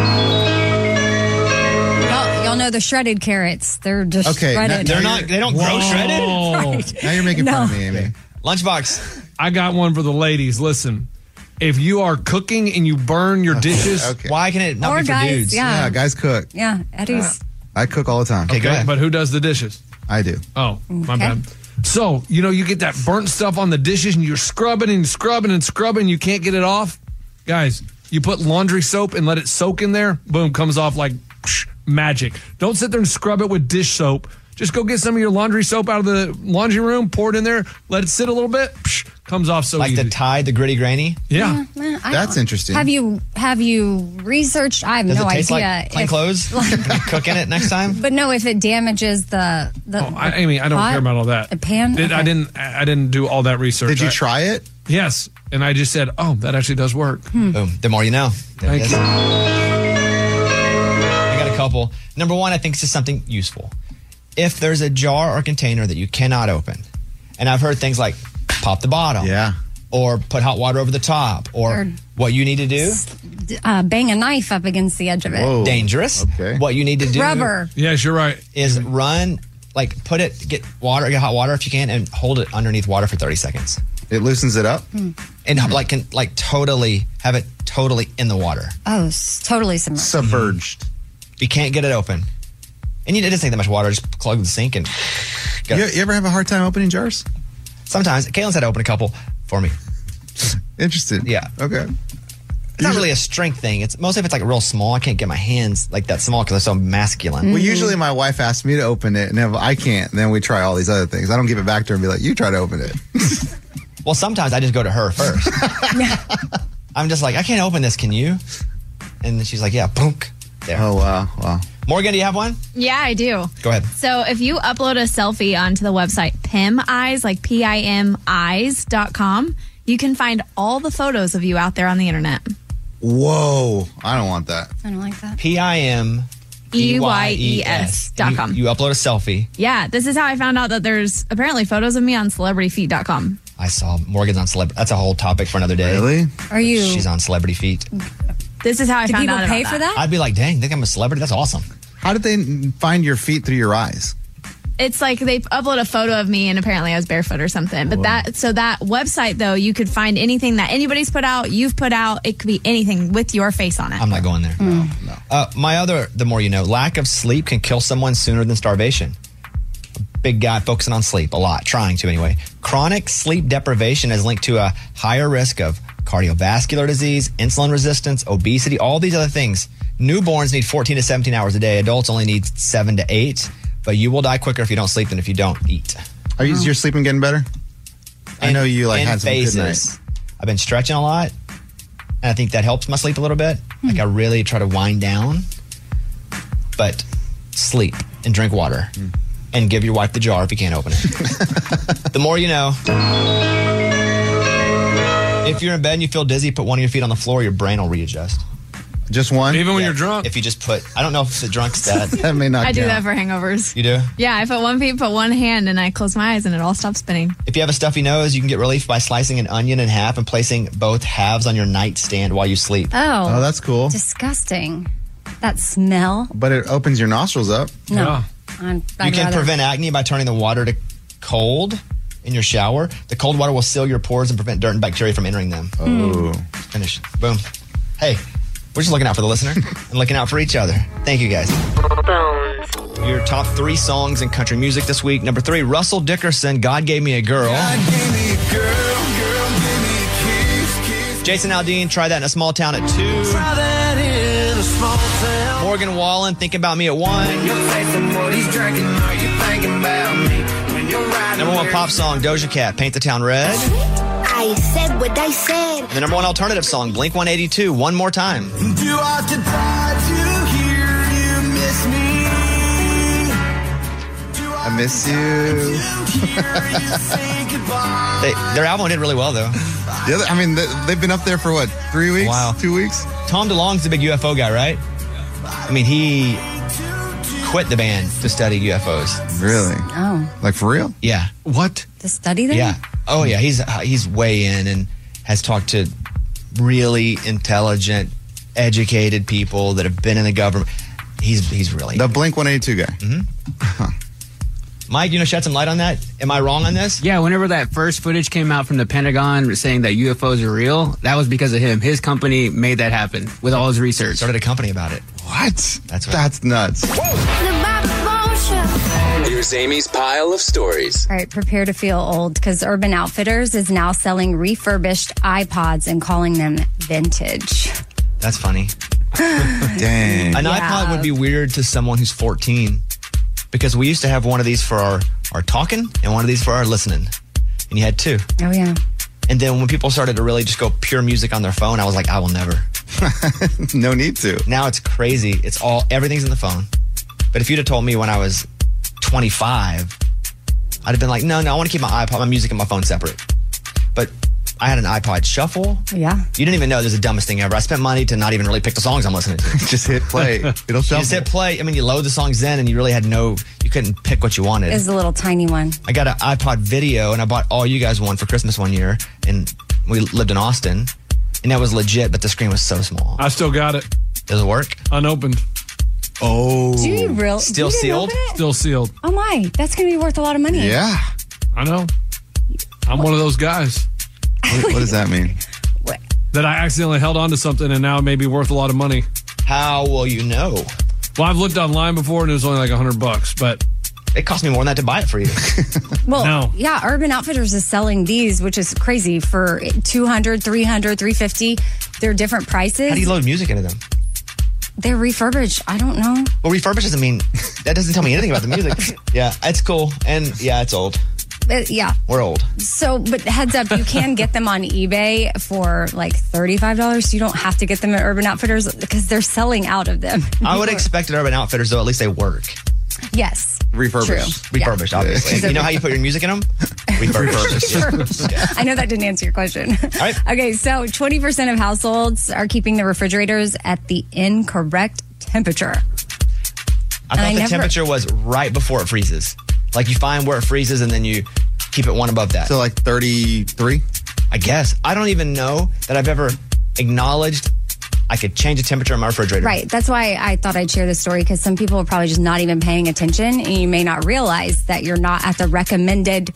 [SPEAKER 5] Y'all, y'all know the shredded carrots. They're just shredded.
[SPEAKER 1] they're not. They don't grow shredded.
[SPEAKER 5] Right. Now you're making fun of No. me,
[SPEAKER 6] Amy.
[SPEAKER 1] Lunchbox.
[SPEAKER 6] Oh, I got one for the ladies. Listen, if you are cooking and you burn your dishes,
[SPEAKER 1] why can it
[SPEAKER 5] not Or be for guys, dudes? yeah. Yeah,
[SPEAKER 4] guys cook.
[SPEAKER 5] Yeah, Eddie's.
[SPEAKER 4] I cook all the time.
[SPEAKER 6] Okay, but who does the dishes?
[SPEAKER 4] I do.
[SPEAKER 6] Oh, my
[SPEAKER 5] Okay.
[SPEAKER 6] bad. So, you know, you get that burnt stuff on the dishes and you're scrubbing and scrubbing and scrubbing, you can't get it off. Guys, you put laundry soap and let it soak in there, boom, comes off like psh, magic. Don't sit there and scrub it with dish soap. Just go get some of your laundry soap out of the laundry room, pour it in there, let it sit a little bit, psh, comes off so
[SPEAKER 1] Like the Tide, the gritty grainy.
[SPEAKER 6] Yeah.
[SPEAKER 5] Man, I
[SPEAKER 1] That's
[SPEAKER 5] don't-
[SPEAKER 1] interesting.
[SPEAKER 5] Have you have you researched? I have
[SPEAKER 1] Does
[SPEAKER 5] no
[SPEAKER 1] it taste
[SPEAKER 5] idea.
[SPEAKER 1] like plain
[SPEAKER 5] if-
[SPEAKER 1] clothes? Can you cook in it next time?
[SPEAKER 5] But no, if it damages the the.
[SPEAKER 6] Oh, I, Amy, I don't
[SPEAKER 5] pot,
[SPEAKER 6] care about all that.
[SPEAKER 5] The pan.
[SPEAKER 6] Did- I
[SPEAKER 5] Okay.
[SPEAKER 6] didn't. I didn't do all that research.
[SPEAKER 4] Did you
[SPEAKER 6] I-
[SPEAKER 4] try it?
[SPEAKER 6] Yes, and I just said, "Oh, that actually does work."
[SPEAKER 5] Hmm.
[SPEAKER 1] Boom. The more you know. There it
[SPEAKER 6] Thank
[SPEAKER 1] is.
[SPEAKER 6] you.
[SPEAKER 1] I got a couple. Number one, I think this is something useful. If there's a jar or container that you cannot open, and I've heard things like pop the bottom, yeah, or put hot water over the top, or,
[SPEAKER 5] Or-
[SPEAKER 1] what you need to do,
[SPEAKER 5] uh, bang a knife up against the edge of it.
[SPEAKER 1] dangerous. Okay, what you need to do,
[SPEAKER 5] Rubber.
[SPEAKER 6] Yes, you're right.
[SPEAKER 1] Is run like put it, get water, get hot water if you can, and hold it underneath water for 30 seconds.
[SPEAKER 4] It loosens it up,
[SPEAKER 1] and like can like totally have it totally in the water.
[SPEAKER 5] Oh, s- totally submerged.
[SPEAKER 4] submerged.
[SPEAKER 1] You can't get it open. And you, it doesn't take that much water. Just plug the sink and.
[SPEAKER 4] You- ever have a hard time opening jars?
[SPEAKER 1] Sometimes. Caitlin's had to open a couple for me.
[SPEAKER 4] Interested.
[SPEAKER 1] Yeah.
[SPEAKER 4] Okay.
[SPEAKER 1] It's not really a strength thing. It's mostly if it's like real small. I can't get my hands like that small because they're so masculine.
[SPEAKER 4] Well, usually my wife asks me to open it, and if I can't, then we try all these other things. I don't give it back to her and be like, "You try to open it."
[SPEAKER 1] Well, sometimes I just go to her first. I'm just like, I can't open this. Can you? And then she's like, Yeah, punk. There. Oh
[SPEAKER 4] wow, wow.
[SPEAKER 1] Morgan, do you have one?
[SPEAKER 10] Yeah, I do.
[SPEAKER 1] Go ahead.
[SPEAKER 10] So Oh, if you upload a selfie onto the website Pim Eyes, like P I M Eyes dot com, you can find all the photos of you out there on the internet.
[SPEAKER 4] Whoa, I don't want that.
[SPEAKER 5] I don't like that.
[SPEAKER 1] P I M
[SPEAKER 10] E Y E S dot com.
[SPEAKER 1] You upload a selfie.
[SPEAKER 10] Yeah, this is how I found out that there's apparently photos of me on celebrityfeet.com.
[SPEAKER 1] I saw Morgan's on celebrity. That's a whole topic for another day. Really?
[SPEAKER 5] Are you?
[SPEAKER 1] She's on celebrity feet.
[SPEAKER 10] This is how I
[SPEAKER 5] Do
[SPEAKER 10] found
[SPEAKER 5] people
[SPEAKER 10] out. about
[SPEAKER 5] pay for that?
[SPEAKER 1] I'd be like, dang, think I'm a celebrity? That's awesome.
[SPEAKER 4] How did they find your feet through your eyes?
[SPEAKER 10] It's like they upload a photo of me and apparently I was barefoot or something. But
[SPEAKER 4] Whoa.
[SPEAKER 10] that so that website though, you could find anything that anybody's put out, you've put out, it could be anything with your face on it.
[SPEAKER 1] I'm not going there. No, no. Uh, my other, the more you know, lack of sleep can kill someone sooner than starvation. Big guy focusing on sleep a lot, trying to anyway. Chronic sleep deprivation is linked to a higher risk of cardiovascular disease, insulin resistance, obesity, all these other things. Newborns need 14 to 17 hours a day. Adults only need seven to eight. But you will die quicker if you don't sleep than if you don't eat.
[SPEAKER 4] Are you, is your sleeping getting better? I know you like
[SPEAKER 1] and
[SPEAKER 4] had some good nights.
[SPEAKER 1] phases. I've been stretching a lot, and I think that helps my sleep a little bit.
[SPEAKER 4] Hmm.
[SPEAKER 1] Like I really try to wind down, but sleep and drink water,
[SPEAKER 4] Hmm.
[SPEAKER 1] and give your wife the jar if you can't open it. the more you know. If you're in bed and you feel dizzy, put one of your feet on the floor. Your brain will readjust.
[SPEAKER 4] Just one,
[SPEAKER 1] even when you're drunk. If you just put, I don't know if the drunk's that.
[SPEAKER 4] that may
[SPEAKER 10] I do that for hangovers.
[SPEAKER 1] You do.
[SPEAKER 10] Yeah, I put one feet, put one hand, and I close my eyes, and it all stops spinning.
[SPEAKER 1] If you have a stuffy nose, you can get relief by slicing an onion in half and placing both halves on your nightstand while you sleep.
[SPEAKER 5] Oh.
[SPEAKER 4] Oh, that's cool.
[SPEAKER 5] Disgusting. That smell.
[SPEAKER 4] But it opens your nostrils up.
[SPEAKER 5] No. I'm, I'd
[SPEAKER 1] you can
[SPEAKER 5] rather-
[SPEAKER 1] prevent acne by turning the water to cold in your shower. The cold water will seal your pores and prevent dirt and bacteria from entering them.
[SPEAKER 10] Hmm.
[SPEAKER 4] Oh.
[SPEAKER 1] Finish. Boom. Hey, we're just looking out for the listener and looking out for each other. Thank you guys. Your top three songs in country music this week. Number three, Russell Dickerson, God Gave Me a Girl. Jason Aldean, try that in a small town at two. Morgan Wallen, think about me at one.
[SPEAKER 2] You're facing what he she's drinking, are you thinking about me? When you're riding
[SPEAKER 1] Number one pop song, Doja Cat, Paint the Town Red.
[SPEAKER 2] I said what I said.
[SPEAKER 1] The number one alternative song, Blink 182, One More Time.
[SPEAKER 2] Do I have to die to hear you miss me?
[SPEAKER 4] I miss you.
[SPEAKER 2] Say goodbye.
[SPEAKER 1] They, their album did really well, though.
[SPEAKER 4] The other, I mean, they, they've been up there for what, three weeks?
[SPEAKER 1] Wow.
[SPEAKER 4] Two weeks?
[SPEAKER 1] Tom DeLonge's the big UFO guy, right? I mean, he quit the band to study UFOs.
[SPEAKER 4] Really?
[SPEAKER 5] Oh,
[SPEAKER 4] Like for real?
[SPEAKER 1] Yeah.
[SPEAKER 6] What?
[SPEAKER 5] to study them?
[SPEAKER 1] Yeah. Oh yeah. He's uh, he's way in and has talked to really intelligent, educated people that have been in the government. He's he's really
[SPEAKER 4] The Blink 182 guy.
[SPEAKER 1] Mm-hmm. Mike. You know, shed some light on that. Am I wrong on this?
[SPEAKER 12] Yeah, whenever that first footage came out from the Pentagon saying that UFOs are real, that was because of him. His company made that happen with all his research.
[SPEAKER 1] Started a company about it.
[SPEAKER 4] What?
[SPEAKER 1] That's
[SPEAKER 4] That's nuts.
[SPEAKER 11] Here's Amy's pile of stories.
[SPEAKER 5] All right, prepare to feel old because Urban Outfitters is now selling refurbished iPods and calling them vintage.
[SPEAKER 1] That's funny.
[SPEAKER 4] Dang.
[SPEAKER 1] An
[SPEAKER 5] Yeah.
[SPEAKER 1] iPod would be weird to someone who's 14 because we used to have one of these for our, our talking and one of these for our listening. And you had two.
[SPEAKER 5] Oh, yeah.
[SPEAKER 1] And then when people started to really just go pure music on their phone, I was like, I will never.
[SPEAKER 4] no need to.
[SPEAKER 1] Now it's crazy. It's all, everything's in the phone. But if you'd have told me when I was 25, I'd have been like, no, no, I want to keep my iPod, my music and my phone separate. But I had an iPod shuffle.
[SPEAKER 5] Yeah.
[SPEAKER 1] You didn't even know. This is the dumbest thing ever. I spent money to not even really pick the songs I'm listening to.
[SPEAKER 4] just hit play. It'll
[SPEAKER 1] You just hit play. I mean, you load the songs in, and you really had no. You couldn't pick what you wanted.
[SPEAKER 5] Is the little tiny one.
[SPEAKER 1] I got an iPod Video, and I bought all you guys one for Christmas one year, and we lived in Austin, and that was legit, but the screen was so small.
[SPEAKER 6] I still got it.
[SPEAKER 1] Does it work?
[SPEAKER 6] Unopened.
[SPEAKER 4] Oh.
[SPEAKER 5] Do you real?
[SPEAKER 1] Still
[SPEAKER 5] you didn't
[SPEAKER 1] sealed?
[SPEAKER 5] open it?
[SPEAKER 6] Still sealed.
[SPEAKER 5] Oh my, that's going to be worth a lot of money.
[SPEAKER 6] I know. I'm one of those guys
[SPEAKER 4] What, what does that mean?
[SPEAKER 6] that I accidentally held on to something and now it may be worth a lot of money.
[SPEAKER 1] How will you know?
[SPEAKER 6] Well, I've looked online before and it was only like 100 bucks, but
[SPEAKER 1] It cost me more than that to buy it for you.
[SPEAKER 5] Well,
[SPEAKER 6] No.
[SPEAKER 5] yeah, Urban Outfitters is selling these, which is crazy for 200, 300, 350. They're different prices.
[SPEAKER 1] How do you load music into them?
[SPEAKER 5] They're refurbished. I don't know.
[SPEAKER 1] Well, refurbished doesn't mean that doesn't tell me anything about the music. yeah, it's cool, and yeah, it's old.
[SPEAKER 5] But, yeah.
[SPEAKER 1] We're old.
[SPEAKER 5] So, but heads up, you can get them on eBay for like $35. You don't have to get them at Urban Outfitters because they're selling out of them.
[SPEAKER 1] I would expect at Urban Outfitters, though, at least they work.
[SPEAKER 5] Yes.
[SPEAKER 4] Refurbished.
[SPEAKER 5] True. Yeah.
[SPEAKER 1] Refurbished, obviously.
[SPEAKER 5] Yeah.
[SPEAKER 1] you know how you put your music in them? Refurbished. yeah.
[SPEAKER 5] I know that didn't answer your question.
[SPEAKER 1] right.
[SPEAKER 5] Okay, so 20% of households are keeping the refrigerators at the incorrect temperature.
[SPEAKER 1] I thought
[SPEAKER 5] I
[SPEAKER 1] the
[SPEAKER 5] never-
[SPEAKER 1] temperature was right before it freezes. Like you find where it freezes and then you keep it one above that.
[SPEAKER 4] So like 33?
[SPEAKER 1] I guess I don't even know that I've ever acknowledged I could change the temperature in my refrigerator.
[SPEAKER 5] Right. That's why I thought I'd share this story because some people are probably just not even paying attention and you may not realize that you're not at the recommended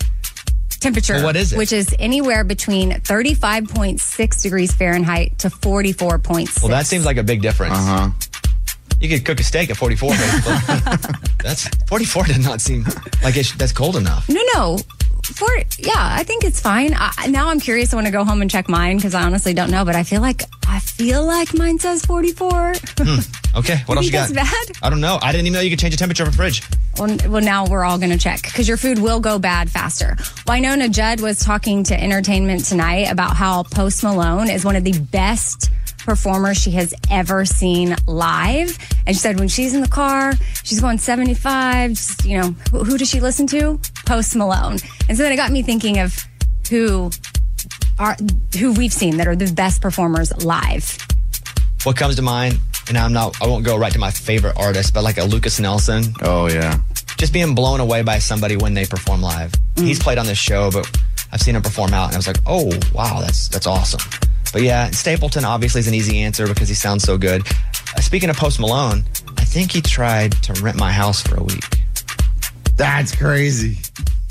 [SPEAKER 5] temperature.
[SPEAKER 1] Well, what is it?
[SPEAKER 5] Which is anywhere between 35.6 degrees Fahrenheit to 44.6.
[SPEAKER 1] Well, that seems like a big difference.
[SPEAKER 4] Uh huh.
[SPEAKER 1] You could cook a steak at 44. Basically. that's 44 does not seem like it, that's cold enough.
[SPEAKER 5] No, no. For yeah, I think it's fine. I, now I'm curious. I want to go home and check mine because I honestly don't know. But I feel like I feel like mine says 44.
[SPEAKER 1] Okay, what
[SPEAKER 5] You
[SPEAKER 1] else you
[SPEAKER 5] think
[SPEAKER 1] got?
[SPEAKER 5] that's bad?
[SPEAKER 1] I don't know. I didn't even know you could change the temperature of a fridge.
[SPEAKER 5] Well, well, now we're all going to check because your food will go bad faster. Winona Judd was talking to Entertainment Tonight about how Post Malone is one of the best performers she has ever seen live. And she said when she's in the car, she's going 75, just, you know, who, who does she listen to? Post Malone. And so then it got me thinking of who are who we've seen that are the best performers live.
[SPEAKER 1] What comes to mind? And I'm not. I won't go right to my favorite artist, but like a Lucas Nelson.
[SPEAKER 4] Oh, yeah.
[SPEAKER 1] just being blown away by somebody when they perform live. He's played on this show, but I've seen him perform out, and I was like, oh wow, that's that's awesome. But yeah, Stapleton obviously is an easy answer because he sounds so good. Uh, speaking of Post Malone, I think he tried to rent my house for a week.
[SPEAKER 4] That's crazy.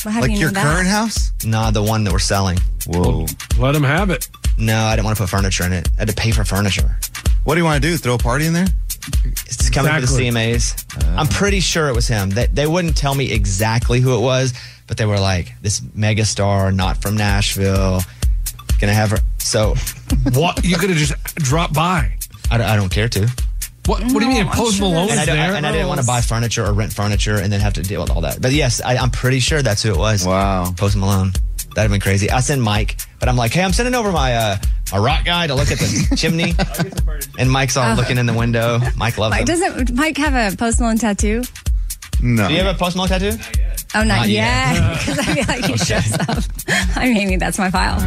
[SPEAKER 5] Well, how do
[SPEAKER 4] like
[SPEAKER 5] you know
[SPEAKER 4] your
[SPEAKER 5] that?
[SPEAKER 4] current house?
[SPEAKER 1] Nah, the one that we're selling.
[SPEAKER 4] Whoa.
[SPEAKER 6] let him have it.
[SPEAKER 1] No, I didn't want to put furniture in it. I had to pay for furniture.
[SPEAKER 4] What do you want to do? Throw a party in there?
[SPEAKER 1] It's just coming
[SPEAKER 6] Exactly.
[SPEAKER 1] for the CMAs. I'm pretty sure it was him. They, they wouldn't tell me exactly who it was, but they were like, this mega star, not from Nashville, gonna have her. So
[SPEAKER 6] What? You could have just dropped by.
[SPEAKER 1] I, don't- I don't care to.
[SPEAKER 6] What, what do you mean?
[SPEAKER 1] I'm
[SPEAKER 6] Post
[SPEAKER 1] sure
[SPEAKER 6] Malone's
[SPEAKER 1] and I, don't-
[SPEAKER 6] there?
[SPEAKER 1] and I didn't want to buy furniture or rent furniture and then have to deal with all that. But yes, I, I'm pretty sure that's who it was. Wow. Post Malone. That'd have been crazy. I send Mike, but I'm like, hey, I'm sending over my uh, my rock guy to look at the chimney. And Mike's all
[SPEAKER 5] Oh.
[SPEAKER 1] looking in the window. Mike loves
[SPEAKER 5] Mike,
[SPEAKER 1] him.
[SPEAKER 5] doesn't Mike have a Post Malone tattoo?
[SPEAKER 1] No. Do you have a Post Malone tattoo?
[SPEAKER 5] Oh, not,
[SPEAKER 1] Not yet.
[SPEAKER 5] yet. Because I feel like he shows up. I mean, maybe that's my file.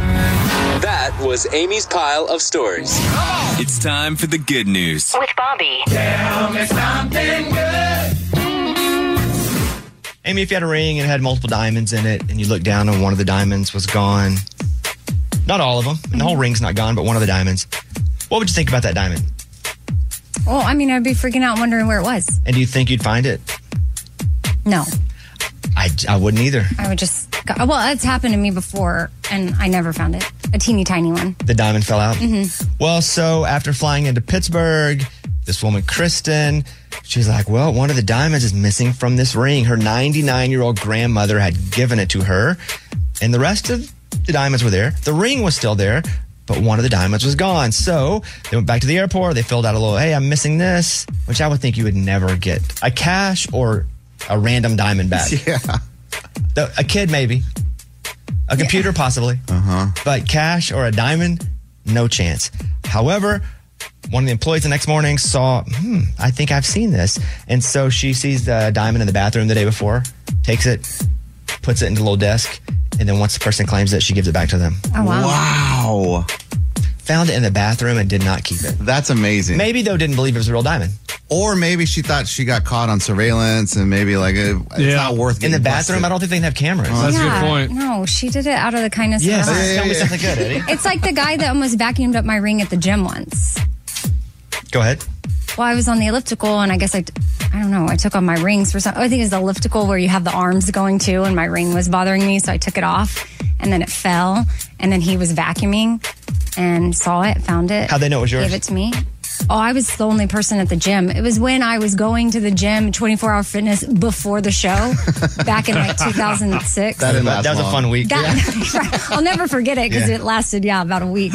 [SPEAKER 11] That was Amy's pile of stories.
[SPEAKER 13] It's time for the good news.
[SPEAKER 11] With Bobby.
[SPEAKER 2] Tell me something good.
[SPEAKER 1] Amy, if you had a ring and it had multiple diamonds in it, and you looked down and one of the diamonds was gone, not all of them, and the whole ring's not gone, but one of the diamonds, what would you think about that diamond?
[SPEAKER 5] Well, I mean, I'd be freaking out wondering where it was.
[SPEAKER 1] And do you think you'd find it?
[SPEAKER 5] No,
[SPEAKER 1] I, I wouldn't either.
[SPEAKER 5] I would just. Go, well, that's happened to me before, and I never found it. A teeny tiny one.
[SPEAKER 1] The diamond fell out.
[SPEAKER 5] hmm
[SPEAKER 1] Well, so after flying into Pittsburgh, this woman, Kristen, she's like, Well, one of the diamonds is missing from this ring. Her 99 year old grandmother had given it to her, and the rest of the diamonds were there. The ring was still there, but one of the diamonds was gone. So they went back to the airport. They filled out a little, Hey, I'm missing this, which I would think you would never get a cash or a random diamond back. Yeah. a kid, maybe. A computer, possibly. Uh-huh. But cash or a diamond, no chance. However, one of the employees the next morning saw, hmm, I think I've seen this. And so she sees the diamond in the bathroom the day before, takes it, puts it into the little desk, and then once the person claims it, she gives it back to them.
[SPEAKER 5] Oh, wow.
[SPEAKER 1] Wow. Found it in the bathroom and did not keep it.
[SPEAKER 4] That's amazing.
[SPEAKER 1] Maybe though didn't believe it was a real diamond.
[SPEAKER 4] Or maybe she thought she got caught on surveillance and maybe like it, it's not worth
[SPEAKER 1] In the bathroom, I don't think they can have cameras.
[SPEAKER 5] Yeah, No, she did it out of the kindness
[SPEAKER 1] Yes.
[SPEAKER 5] of her heart.
[SPEAKER 1] Tell me something good, Eddie.
[SPEAKER 5] It's like the guy that almost vacuumed up my ring at the gym once.
[SPEAKER 1] Go ahead.
[SPEAKER 5] Well, I was on the elliptical, and I guess I, I don't know, I took off my rings for some. oh, I think it was the elliptical where you have the arms going too, and my ring was bothering me, so I took it off, and then it fell, and then he was vacuuming, and saw it, found it.
[SPEAKER 1] How'd they know it was yours?
[SPEAKER 5] Gave it to me. Oh, I was the only person at the gym. It was when I was going to the gym, 24 hour fitness before the show, back in like 2006.
[SPEAKER 1] That didn't last That was a long. fun week.
[SPEAKER 5] That- I'll never forget it because
[SPEAKER 1] Yeah.
[SPEAKER 5] it lasted, yeah, about a week.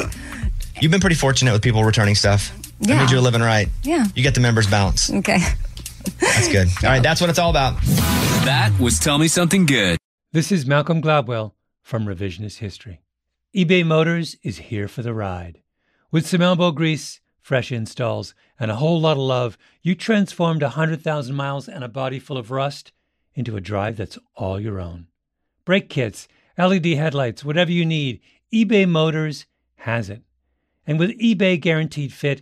[SPEAKER 1] You've been pretty fortunate with people returning stuff. I
[SPEAKER 5] Yeah.
[SPEAKER 1] made you a living right.
[SPEAKER 5] Yeah.
[SPEAKER 1] You get the members balance.
[SPEAKER 5] Okay.
[SPEAKER 1] That's good. All right, that's what it's all about.
[SPEAKER 13] That was Tell Me Something Good.
[SPEAKER 14] This is Malcolm Gladwell from Revisionist History. eBay Motors is here for the ride. With some elbow grease, fresh installs, and a whole lot of love, you transformed a 100,000 miles and a body full of rust into a drive that's all your own. Brake kits, LED headlights, whatever you need, eBay Motors has it. And with eBay Guaranteed Fit,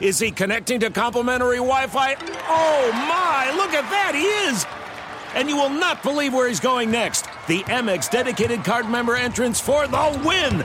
[SPEAKER 15] Is he connecting to complimentary Wi Fi? Oh my, look at that! He is! And you will not believe where he's going next. The Amex dedicated card member entrance for the win!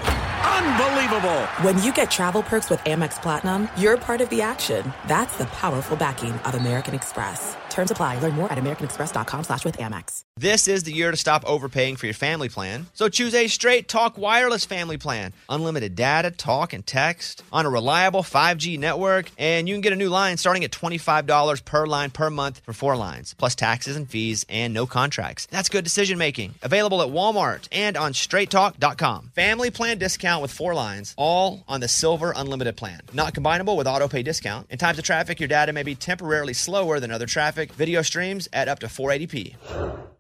[SPEAKER 15] Unbelievable!
[SPEAKER 16] When you get travel perks with Amex Platinum, you're part of the action. That's the powerful backing of American Express. Terms apply. Learn more at americanexpress.com slash with Amex.
[SPEAKER 1] This is the year to stop overpaying for your family plan. So choose a straight talk wireless family plan. Unlimited data, talk, and text on a reliable 5G network. And you can get a new line starting at $25 per line per month for four lines, plus taxes and fees and no contracts. That's good decision making. Available at Walmart and on straighttalk.com. Family plan discount with four lines, all on the Silver Unlimited plan. Not combinable with auto pay discount. In times of traffic, your data may be temporarily slower than other traffic. Video streams at up to 480p.